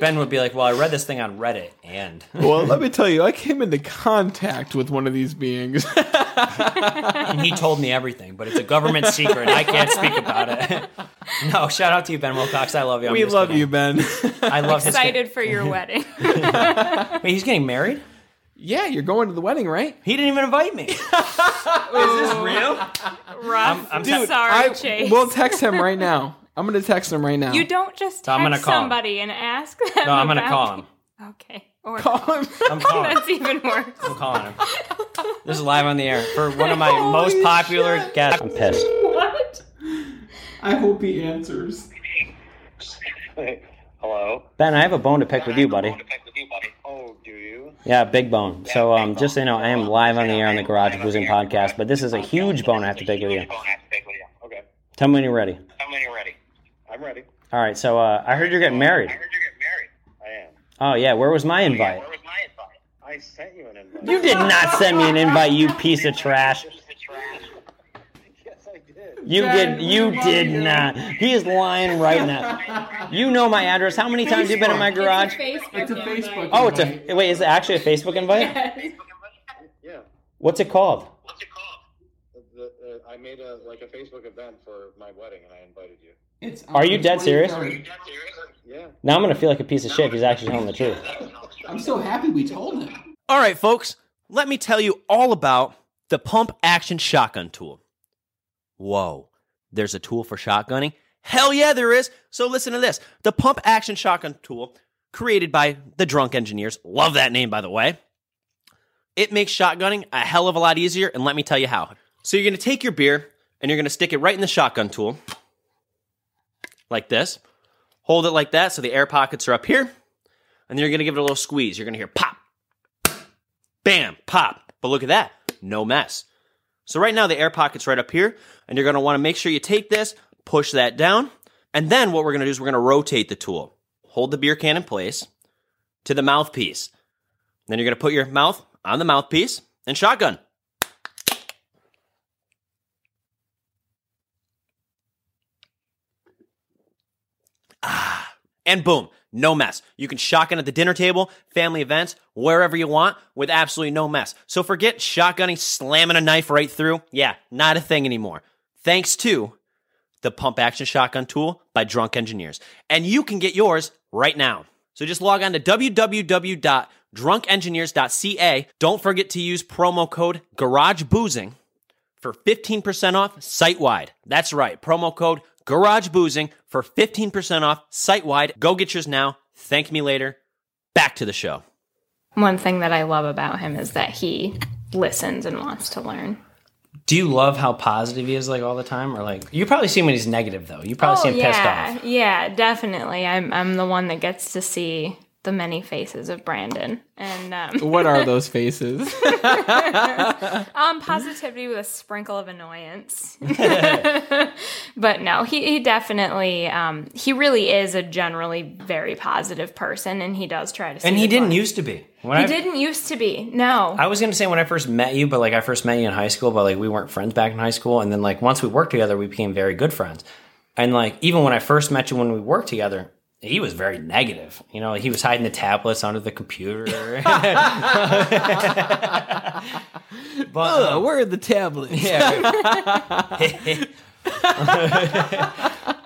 ben would be like, Well, I read this thing on Reddit and [LAUGHS]
well, let me tell you, I came into contact with one of these beings.
and he told me everything, but it's a government secret. I can't speak about it. [LAUGHS] no, shout out to you, Ben Wilcox. I love you. I'm
we
just
love
kidding.
you, Ben.
I love
excited
[LAUGHS]
for your wedding
his. Wait, he's getting married?
[LAUGHS] yeah, you're going to the wedding, right?
He didn't even invite me. Is this real?
rough
I'm
sorry
Dude,
I-
chase
We'll text him right now. [LAUGHS] I'm going to text him right now.
you don't just text
I'm gonna call him.
somebody and ask them
No, I'm gonna
about-
call him.
okay or
call him.
I'm calling [LAUGHS] him.
[LAUGHS] that's even worse
I'm calling him. This is live on the air for one of
[LAUGHS]
my most popular guests. I'm pissed.
what
[LAUGHS] I hope he answers.
[LAUGHS] Hello.
Ben, I have a bone to pick with you, buddy.
Oh, do you?
Yeah, big bone. So, um, just so you know, I am live on the air on the Garage Boozing podcast, but this is a huge bone I have to pick with you.
Phone has to take with you. Okay.
Tell me when you're ready.
How many are ready? I'm ready.
All right. So, uh, I heard you're getting married.
I heard you get married. I am.
Oh yeah, where was my
Yeah,
invite?
where was my invite? I sent you an invite.
You did not send me an invite, you piece of trash.
Piece of trash. [LAUGHS] yes, I did.
You
Ben,
did. You
we love
did
you.
not. He is lying right now. You know my address. How many times you been in my garage?
It's a Facebook.
It's a Facebook.
Oh, it's a wait. Is it actually a Facebook invite?
a.
Yeah.
What's it called?
What's it called? The, uh, I made a like a Facebook event for my wedding, and I invited you.
It's
Are you dead serious?
Yeah.
Now I'm gonna feel like a piece of shit if he's actually telling the truth.
I'm so happy we told
[LAUGHS]
him.
All right, folks, let me tell you all about the pump action shotgun tool. Whoa, there's a tool for shotgunning? Hell yeah, there is. So listen to this the pump action shotgun tool, created by the drunk engineers. Love that name, by the way. It makes shotgunning a hell of a lot easier, and let me tell you how. So you're gonna take your beer and you're gonna stick it right in the shotgun tool, like this. Hold it like that so the air pockets are up here, and then you're gonna give it a little squeeze. You're gonna hear pop bam, pop. But look at that, no mess. So right now the air pocket's right up here, and you're gonna wanna make sure you take this, push that down, and then what we're gonna do is we're gonna rotate the tool. Hold the beer can in place to the mouthpiece. Then you're gonna put your mouth on the mouthpiece and shotgun. and boom, no mess. You can shotgun at the dinner table, family events, wherever you want with absolutely no mess. So forget shotgunning, slamming a knife right through. Yeah, not a thing anymore. Thanks to the pump action shotgun tool by Drunk Engineers. And you can get yours right now. So just log on to www.drunkengineers.ca. Don't forget to use promo code GarageBoozing for 15% off site wide. That's right. Promo code Garage Boozing for 15% off site wide. Go get yours now. Thank me later. Back to the show.
One thing that I love about him is that he listens and wants to learn.
Do you love how positive he is like all the time, or like you probably see him when he's negative though? You probably see him
Oh, yeah,
pissed off.
yeah, definitely. I'm I'm the one that gets to see the many faces of Brandon and um,
What are those faces?
um positivity with a sprinkle of
[LAUGHS]
annoyance. [LAUGHS] but no, he, he definitely um, he really is a generally very positive person, and he does try to. See
And he
the
didn't
good.
used to be. When
He
I,
didn't used to be. No.
I was gonna say when I first met you, but like I first met you in high school, but like we weren't friends back in high school, and then like once we worked together, we became very good friends. And like even when I first met you when we worked together, he was very negative. You know, he was hiding the tablets under
[LAUGHS]
the computer. [LAUGHS] but um,
Where are the tablets?
Yeah. right.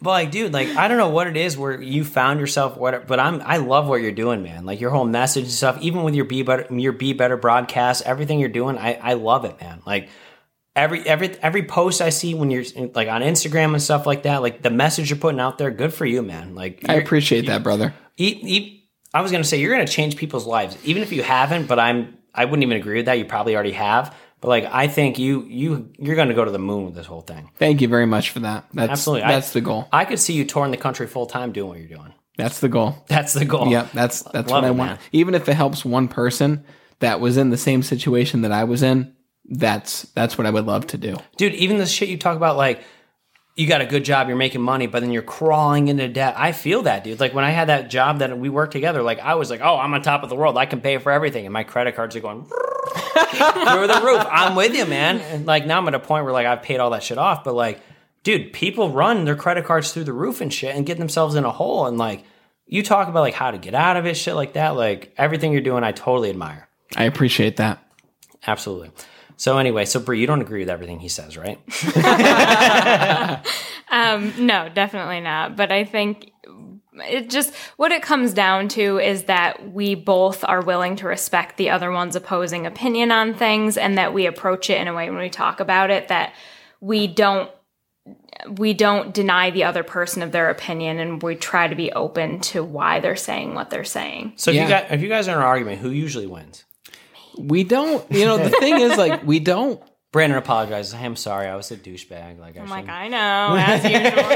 but like, dude, like I don't know what it is where you found yourself. What, but I'm I love what you're doing, man. Like your whole message and stuff. Even with your be better, your be better broadcast, everything you're doing, I I love it, man. Like every every every post I see when you're like on Instagram and stuff like that, like the message you're putting out there, good for you, man. Like
[LAUGHS] I
you're-
appreciate that, brother.
e- e- I was going to say you're going to change people's lives, even if you haven't. But I'm I wouldn't even agree with that. You probably already have. But like I think you you you're going to go to the moon with this whole thing.
Thank you very much for that. That's
Absolutely. I-
that's the goal.
I could see you touring the country full time doing what you're doing. [LAUGHS]
That's the goal.
That's the goal.
Yep, that's that's
Love
what I
it,
want.
man.
Even if it helps one person that was in the same situation that I was in, that's that's what I would love to do.
dude. Even the shit you talk about, like you got a good job, you're making money, but then you're crawling into debt. I feel that, dude. Like when I had that job that we worked together, like I was like, oh, I'm on top of the world, I can pay for everything, and my credit cards are going [LAUGHS] through the roof. I'm with you, man. And like now I'm at a point where like I've paid all that shit off, but like, dude, people run their credit cards through the roof and shit and get themselves in a hole. And like, you talk about like how to get out of it, shit like that. Like everything you're doing, I totally admire.
I appreciate that.
Absolutely. So anyway, so Brie, you don't agree with everything he says, right?
Um, no, definitely not. But I think it just what it comes down to is that we both are willing to respect the other one's opposing opinion on things and that we approach it in a way when we talk about it that we don't we don't deny the other person of their opinion and we try to be open to why they're saying what they're saying.
So if you
Yeah.
guys if you guys are in an argument, who usually wins?
We don't, you know, the thing is like we don't
Brandon apologizes. Hey, I'm sorry, I was a douchebag. Like I
I'm like,
shouldn't-
I know, as usual.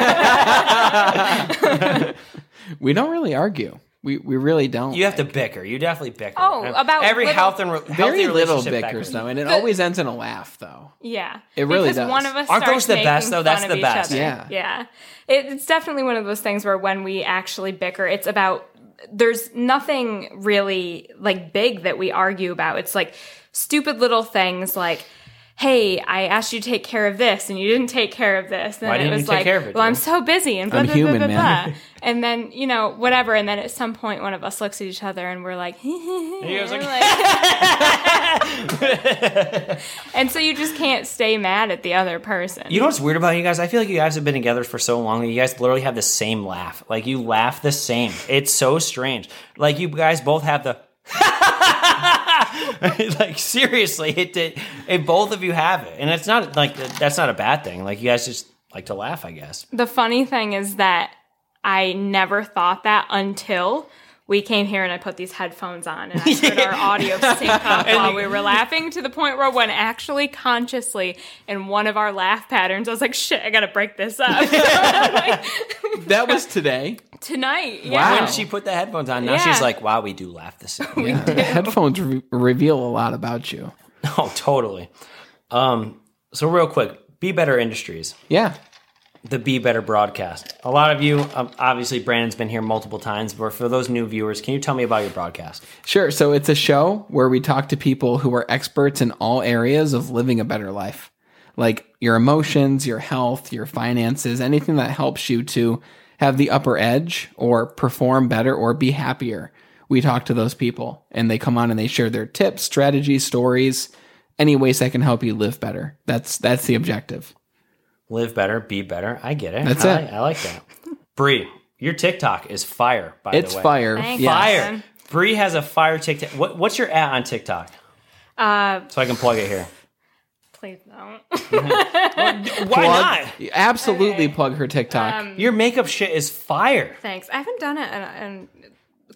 we don't really argue. We we really don't.
you have to bicker. You definitely bicker.
Oh,
And
about
every
little-
health and re- healthy
very little
relationship
bickers though, and it always ends in a laugh though.
Yeah,
It really
because
does.
One of us
Aren't those
starts
the
making
best, though? That's
fun
the
of each
best.
other.
Yeah.
yeah. It, it's definitely one of those things where when we actually bicker, it's about there's nothing really like big that we argue about. It's like stupid little things like. hey, I asked you to take care of this and you didn't take care of this. Then
Why didn't you
it was
take
like,
care of it,
well, I'm
dude?
so busy and blah,
I'm
blah,
human,
blah, blah,
man. [LAUGHS]
blah. And then, you know, whatever. And then at some point, one of us looks at each other and we're like, [LAUGHS]
you guys are like-
and so you just can't stay mad at the other person.
You know what's weird about you guys? I feel like you guys have been together for so long that you guys literally have the same laugh. Like you laugh the same. It's so strange. Like you guys both have the [LAUGHS] like seriously, it did it both of you have it. And it's not like that's not a bad thing. Like you guys just like to laugh, I guess.
The funny thing is that I never thought that until we came here and I put these headphones on and I heard our audio sync up while we were laughing to the point where when actually consciously in one of our laugh patterns, I was like, shit, I gotta break this up. Like,
That was
[LAUGHS]
today.
tonight.
Wow.
Yeah.
When she put the headphones on, now
Yeah.
she's like, wow, we do laugh the same. [LAUGHS]
The headphones re- reveal a lot about you.
Oh, totally. Um, so real quick, Be Better Industries,
Yeah.
the Be Better broadcast. A lot of you, um, obviously, Brandon's been here multiple times, but for those new viewers, can you tell me about your broadcast?
Sure. So it's a show where we talk to people who are experts in all areas of living a better life, like your emotions, your health, your finances, anything that helps you to have the upper edge or perform better or be happier. We talk to those people and they come on and they share their tips, strategies, stories, any ways that can help you live better. That's that's the objective.
Live better, be better. I get it.
That's
I,
it.
I like that. Bree, your TikTok is fire. By
It's
the way,
fire.
Thanks.
Yes.
Fire. Bree has a fire TikTok. What, what's your at on TikTok?
Uh,
So I can plug it here.
please don't.
Why
Plug-
not?
Absolutely plug her TikTok.
Your makeup shit is fire.
Thanks. I haven't done it in, in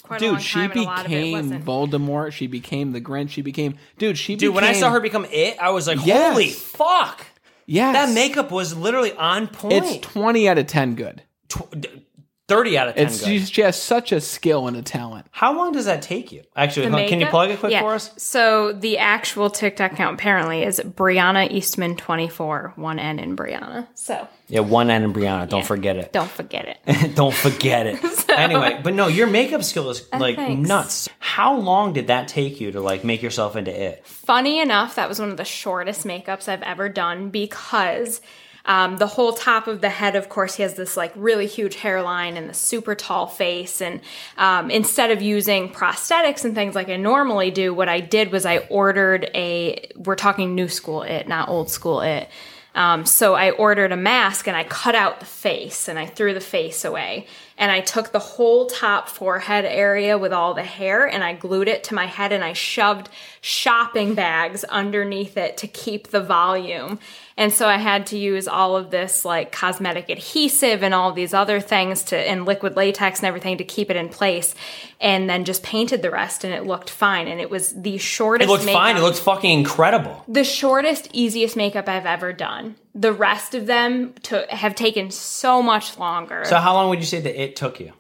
quite a long
Dude,
time.
she
and a lot of it
became
wasn't.
Voldemort. She became the Grinch. She became dude. She
Dude,
became,
when I saw her become it, I was like,
Yes.
holy fuck.
yes,
That makeup was literally on point.
it's twenty out of ten good.
tw- d- 30 out of 10
It's
good.
she, she has such a skill and a talent.
How long does that take you? Actually,
The
hold on, can you
makeup?
plug it quick
Yeah.
for us?
So the actual TikTok account apparently is Brianna Eastman twenty four, one N in Brianna. So
Yeah, one N and Brianna. Don't forget it.
don't forget
[LAUGHS]
it. [LAUGHS]
Don't forget it. anyway, but no, your makeup skill is like
Oh, thanks.
nuts. How long did that take you to like make yourself into it?
Funny enough, that was one of the shortest makeups I've ever done because um, the whole top of the head, of course, he has this like really huge hairline and the super tall face. And um, instead of using prosthetics and things like I normally do, what I did was I ordered a. We're talking new school it, not old school it. Um, so I ordered a mask and I cut out the face and I threw the face away. And I took the whole top forehead area with all the hair and I glued it to my head and I shoved shopping bags underneath it to keep the volume. And so I had to use all of this like cosmetic adhesive and all these other things to, and liquid latex and everything to keep it in place. And then just painted the rest and it looked fine. And it was the shortest
It looked fine. It
makeup-
looked fucking incredible.
the shortest, easiest makeup I've ever done. The rest of them to have taken so much longer.
So how long would you say that it took you?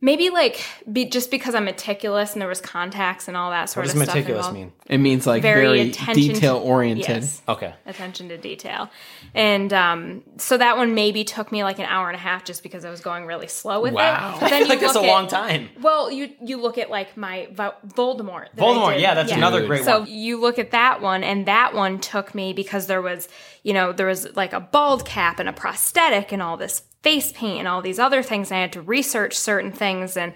Maybe like be, just because I'm meticulous and there was contacts and all that sort
What does
of stuff.
meticulous
involved.
mean?
It means like
Very,
very,
attention
detail oriented.
Yes,
Okay.
attention to detail, and um, so that one maybe took me like an hour and a half just because I was going really slow with
Wow.
it.
I
But then
feel
you
[LAUGHS] like that's a
look at-
long time.
Well, you you look at like my Vo- Voldemort. that I
Voldemort,
did.
yeah, that's another great
so
one.
you look at that one, and that one took me because there was, you know, there was like a bald cap and a prosthetic and all this face paint and all these other things. And I had to research certain things, and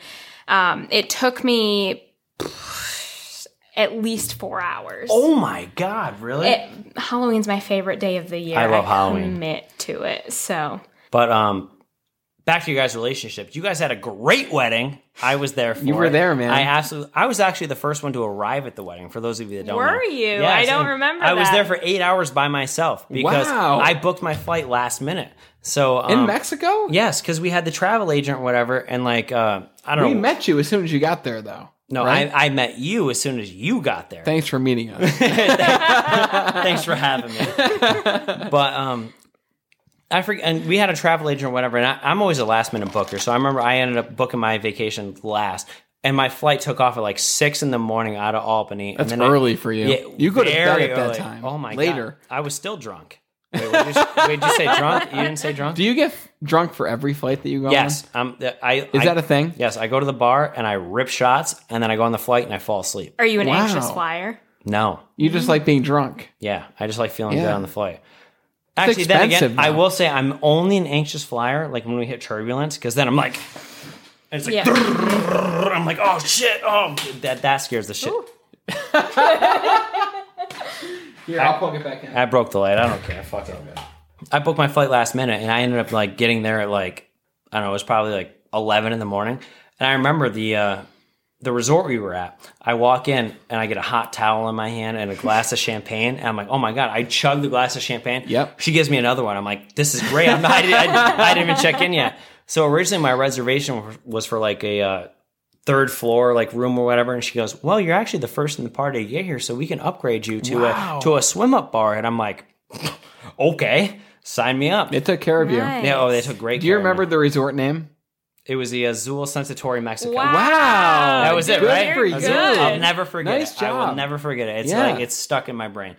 um, it took me [SIGHS] at least four hours.
Oh my god, really?
It- Halloween's my favorite day of the year.
I love Halloween.
Commit to it. So
But um, back to your guys' relationship. You guys had a great wedding. I was there. for
You were
it.
there, man.
I absolutely. I was actually the first one to arrive at the wedding. For those of you that don't,
Were
know.
you? I don't
and
remember
I was
that.
there for eight hours by myself because
Wow.
I booked my flight last minute. So um,
In Mexico,
Yes, because we had the travel agent or whatever, and like uh, I don't
we
know.
met you as soon as you got there, though.
no,
right?
I, I met you as soon as you got there.
Thanks for
[LAUGHS]
meeting us.
Thanks for having me. [LAUGHS] but um, I forget. And we had a travel agent or whatever, and I, I'm always a last minute booker. So I remember I ended up booking my vacation last, and my flight took off at like six in the morning out of Albany.
That's
and then I-
early for you.
Yeah,
you go to bed
very
at that
early.
time.
Oh my god!
Later.
I was still drunk. Wait, what did you, wait, did you say drunk? You didn't say drunk.
[LAUGHS] Do you get f- drunk for every flight that you go
yes, um, I.
on? Is
I-
that a thing?
Yes, I go to the bar and I rip shots, and then I go on the flight and I fall asleep.
are you an
Wow.
anxious flyer?
No.
You
Mm-hmm.
just like being drunk.
Yeah, I just like feeling good
Yeah.
on the flight. Actually, then again,
expensive
I
now.
will say I'm only an anxious flyer. Like when we hit turbulence, because then I'm like, and it's like,
Yeah.
I'm like, oh shit, oh that that scares the shit.
Here, I'll plug it back in.
I broke the light. I don't care. Fuck it. I booked my flight last minute, and I ended up like getting there at like I don't know. It was probably like eleven in the morning, and I remember the uh, the resort we were at. I walk in and I get a hot towel in my hand and a glass of champagne, and I'm like, oh my god! I chug the glass of champagne.
Yep.
She gives me another one. I'm like, this is great. I'm not, I, didn't- I, I didn't even check in yet. So originally my reservation was for like a. Uh, third floor like room or whatever and she goes well you're actually the first in the party to get here so we can upgrade you to a to a swim up bar and i'm like okay sign me up
It took care of you.
Nice.
yeah oh they took great
Do you
care of me.
remember the resort name?
it was the azul sensitori mexico
Wow.
Wow.
that was it
Good
right
for you.
Azul. i'll
Good.
never forget
Nice
it i will
job.
never forget it it's
Yeah.
like it's stuck in my brain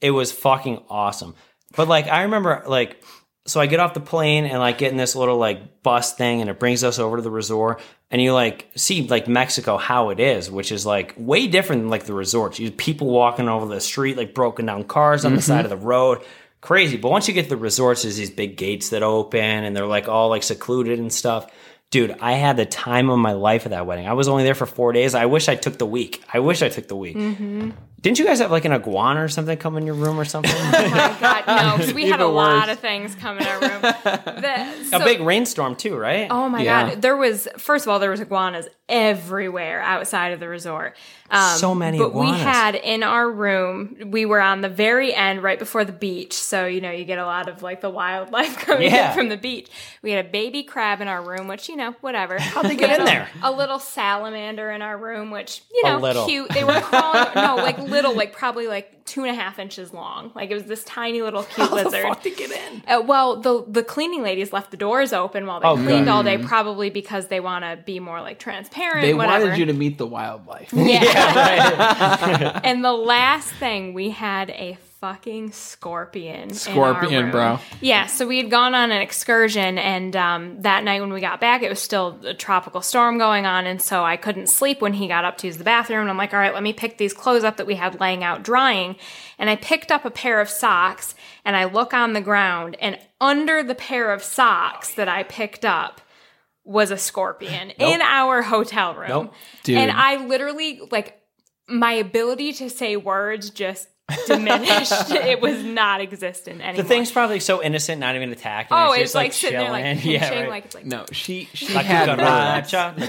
it was fucking awesome but like i remember like so i get off the plane and like get in this little like bus thing and it brings us over to the resort and you like see like mexico how it is which is like way different than like the resorts you people walking over the street like broken down cars on the side of the road crazy but once you get to the resorts there's these big gates that open and they're like all like secluded and stuff dude i had the time of my life at that wedding i was only there for four days i wish i took the week i wish i took the week didn't you guys have like an iguana or something come in your room or
[LAUGHS]
something
God, no, 'cause we had a
Even
lot
worse.
of things come in our room. The-
a
so-
big rainstorm too, right?
Oh my
Yeah.
god! There was first of all there was iguanas everywhere outside of the resort. Um,
So many
But we
iguanas.
had in our room. We were on the very end, right before the beach. So you know you get a lot of like the wildlife [LAUGHS] coming
Yeah.
in from the beach. We had a baby crab in our room, which you know whatever. How'd
they get in there?
A little salamander in our room, which you
A
know
little.
cute. They were crawling. [LAUGHS] no, like little, like probably like two and a half inches long. Like it was this tiny little
[LAUGHS]
cute lizard. Uh, well, the the cleaning ladies left the doors open while they
Oh,
cleaned
good.
all day, probably because they want to be more like transparent.
They
whatever.
wanted you to meet the
[LAUGHS]
wildlife.
Yeah. and the last thing we had a fucking scorpion. in our
Scorpion,
room.
bro.
Yeah. So we had gone on an excursion, and um, that night when we got back, it was still a tropical storm going on, and so I couldn't sleep when he got up to use the bathroom. And I'm like, all right, let me pick these clothes up that we had laying out drying. And I picked up a pair of socks, and I look on the ground, and under the pair of socks that I picked up was a scorpion in our hotel room.
Nope.
Dude.
And I literally like my ability to say words just
[LAUGHS]
diminished. it was not existent anymore.
The thing's probably so innocent, not even attacked. and
oh,
she's
it's like, sitting there like pinching,
[LAUGHS] yeah, right.
like it's like.
no, she she
La
had words.
cucaracha, la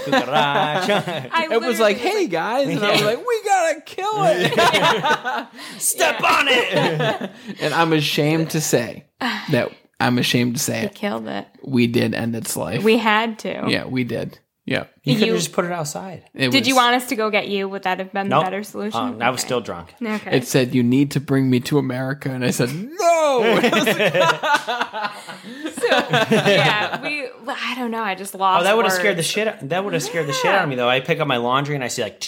cucaracha.
I
It was like,
literally
hey guys, and I was like, we gotta kill [LAUGHS] it.
Step on it.
and I'm ashamed to
[SIGHS]
say that I'm ashamed to say
we
it.
killed it.
We did end its life.
We had to.
yeah, we did. Yeah.
[LAUGHS] You could
You-
have just put it outside.
It
Did you
was-
want us to go get you? Would that have been
Nope.
the better solution?
Um, I was
Okay.
still drunk. [LAUGHS]
Okay.
It said you need to bring me to America, and I said [LAUGHS] no.
so, yeah, we. I don't know. I just lost.
Oh, that would have
words.
scared the shit. That would have scared the shit out of me though. I pick up my laundry and I see like.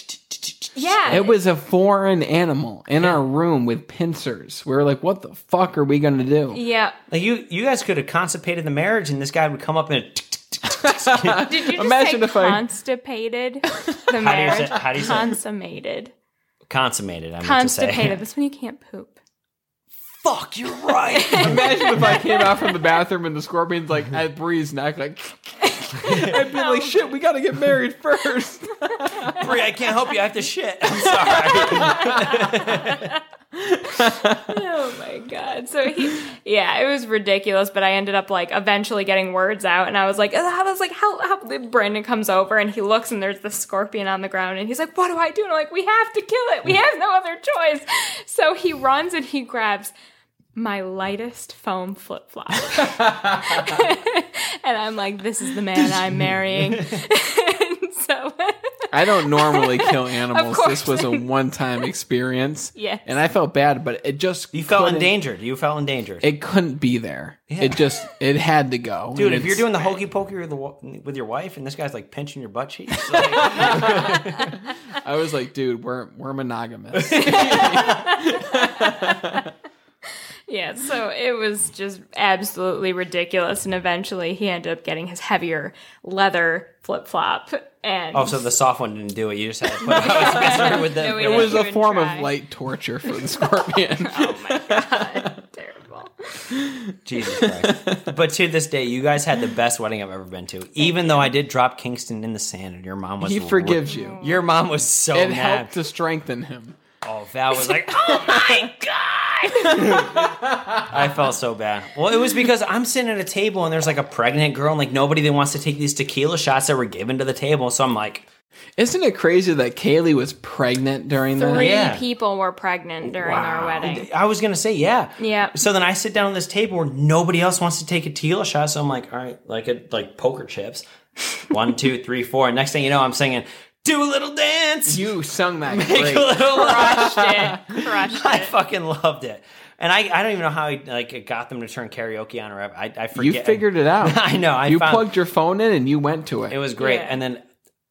Yeah.
it was a foreign animal in our room with pincers. We were like, what the fuck are we gonna do?
Yeah.
[LAUGHS] Like you, you guys could have consummated the marriage, and this guy would come up and.
Did you just
Imagine
say
if I-
[LAUGHS]
constipated the
How do you
marriage?
say- how do you say it?
consummated?
Consummated. I meant
Constipated.
To say.
That's when you can't poop.
[LAUGHS] Fuck, you're right.
Imagine if I came out
[LAUGHS]
from the bathroom and the scorpion's like at Bree's neck, like I'd be like, shit, we gotta get
[LAUGHS]
married first.
[LAUGHS] Brie, I can't help you. I have to shit. [LAUGHS] I'm sorry.
Oh my god. So he yeah, it was ridiculous, but I ended up like eventually getting words out and I was like, I was like, how how Brandon comes over and he looks and there's this scorpion on the ground and he's like, What do I do? And I'm like, We have to kill it. We have no other choice. So he runs and he grabs my lightest foam flip [LAUGHS] flop. and I'm like, This is the man I'm marrying. [LAUGHS] and so
I don't
[LAUGHS]
normally kill animals.
course.
This
[LAUGHS]
was a one-time experience.
Yes.
and I felt bad, but it just
You felt
couldn't-
endangered. You felt endangered.
It couldn't be there. It just it had to go,
Dude,
And
if you're
it's-
doing the hokey pokey with, the, wa- with your wife, and this guy's like pinching your
[LAUGHS]
butt cheeks, like,
I was [LAUGHS] like, dude, we're we're monogamous.
Yeah, so it was just absolutely ridiculous, and eventually he ended up getting his heavier leather flip flop. And
Oh, so the soft one didn't do it. You just had to put it out with the.
[LAUGHS] No, we
It was a
even
form
try.
of light torture for
[LAUGHS]
the [LAUGHS] scorpion.
oh my god, terrible.
Jesus Christ. But to this day, you guys had the best wedding I've ever been to. Even though I did drop Kingston in the sand, and your mom was
he forgives you.
Your mom was so
It
mad.
helped to strengthen him.
Oh, that was
[LAUGHS]
like, oh my god! I felt so bad. Well, it was because I'm sitting at a table and there's like a pregnant girl and like nobody that wants to take these tequila shots that were given to the table. So I'm like,
Isn't it crazy that Kaylee was pregnant during
Three
that?
Yeah.
people were pregnant during our wedding.
I was gonna say yeah.
Yeah.
[LAUGHS] So then I sit down at this table where nobody else wants to take a tequila shot. So I'm like, all right, like a, like
[LAUGHS]
poker chips. One, two, three, four. And next thing you know, I'm singing, do a little dance.
You sung [LAUGHS] that
Make a
great.
little
Crushed it. Crushed
I
it.
fucking loved it. And I, I don't even know how I like got them to turn karaoke on or whatever. I, I
You
forget.
figured it [LAUGHS] out.
[LAUGHS] I know. I
you
found,
plugged your phone in and you went to it.
It was great.
Yeah.
And then,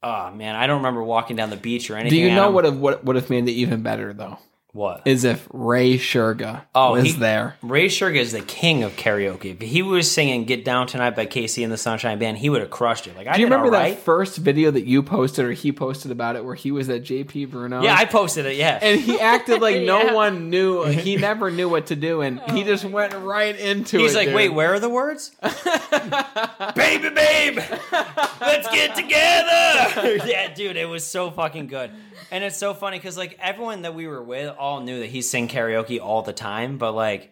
oh man, I don't remember walking down the beach or
Do
anything.
you
I
know
don't-
what have what would have made it even better though?
What?
Is if Ray Sherga
Oh,
was
he-
there.
Ray Sugar is the king of karaoke. If he was singing "Get Down Tonight" by Casey and the Sunshine Band, he would have crushed it. Like I
Do you
did
remember
all right.
that first video that you posted or he posted about it where he was at JP Bruno?
yeah, I posted it. Yeah,
and he acted
[LAUGHS]
like
Yeah.
no one knew. He never knew what to do, and he just went right into it.
Oh, he's like,
dude.
"Wait, where are
[LAUGHS]
the words?" baby, babe, let's get together. yeah, [LAUGHS] dude, it was so fucking good, and it's so funny because like everyone that we were with all knew that he sang karaoke all the time, but like.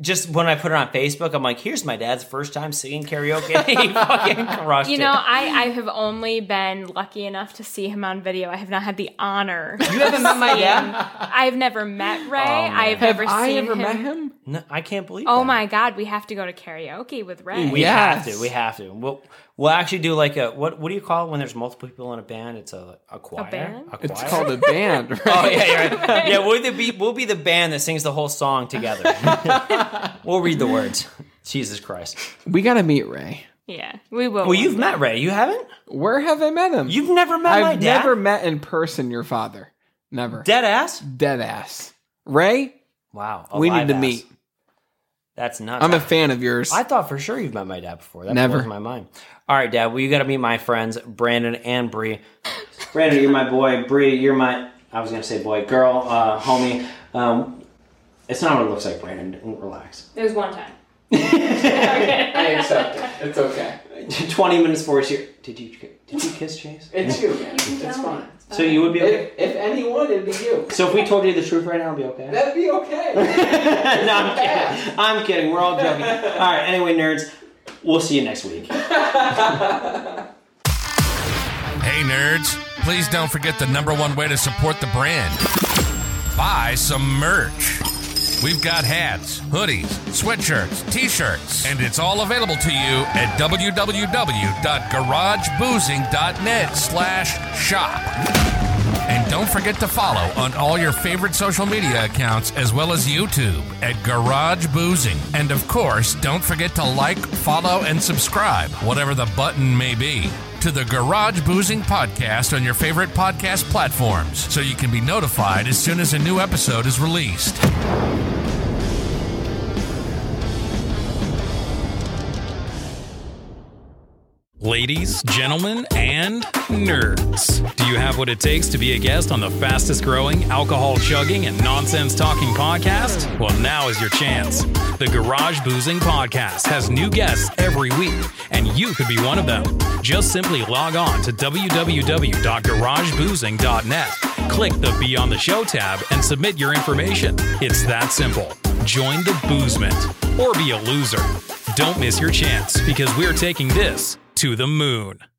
Just when I put it on Facebook, I'm like, "Here's my dad's first time singing karaoke." [LAUGHS] and
[LAUGHS]
he fucking crushed
You
it.
know, I, I have only been lucky enough to see him on video. I have not had the honor.
[LAUGHS] you haven't met my dad. Oh,
I've never met Ray.
man.
I've
Have
never
I
seen
ever
him.
met him?
No, I can't believe.
Oh
that.
my god, we have to go to karaoke with Ray.
We
Yes.
have to. We have to. We'll we'll actually do like a what what do you call it when there's multiple people in a band? It's a a choir.
band?
A
It's
choir?
called
[LAUGHS]
a band, right?
Oh yeah, you're right. [LAUGHS] yeah. We'll be we'll be the band that sings the whole song together.
[LAUGHS]
we'll read the words. Jesus Christ.
We gotta meet Ray.
Yeah, we will.
Well, you've met Ray. You haven't.
Where have I met him?
You've never met my
I've
dad.
never met in person your father. Never.
Dead ass.
Dead ass. Ray,
Wow.
we need
alive
to
ass.
meet.
That's nuts.
I'm a fan of yours.
I thought for sure you've met my dad before. That
Never.
blows my mind. All right, Dad. Well, you got to meet my friends, Brandon and Bree. Brandon, you're my boy. Bree, you're my. I was gonna say boy, girl, uh, homie. Um, it's not what it looks like, Brandon. Relax.
There's one time.
I accept it. It's okay.
[LAUGHS] Twenty minutes for us here. Did you did you kiss Chase?
It's you, man. It's fine.
So you would be okay.
if anyone, it'd be you. [LAUGHS]
So if we told you the truth right now, it'd be okay.
That'd be okay.
no, I'm kidding. I'm kidding. We're all
[LAUGHS]
joking. All right. Anyway, nerds, we'll see you next week.
Hey, nerds, please don't forget the number one way to support the brand buy some merch. We've got hats, hoodies, sweatshirts, t shirts, and it's all available to you at www.garageboozing.net slash shop. And don't forget to follow on all your favorite social media accounts as well as YouTube at Garage Boozing. And of course, don't forget to like, follow, and subscribe, whatever the button may be, to the Garage Boozing Podcast on your favorite podcast platforms so you can be notified as soon as a new episode is released.
Ladies, gentlemen, and nerds. Do you have what it takes to be a guest on the fastest growing, alcohol chugging, and nonsense talking podcast? Well, now is your chance. The Garage Boozing Podcast has new guests every week, and you could be one of them. Just simply log on to www.garageboozing.net, click the Be on the Show tab, and submit your information. It's that simple. Join the boozement or be a loser. Don't miss your chance because we're taking this to the moon.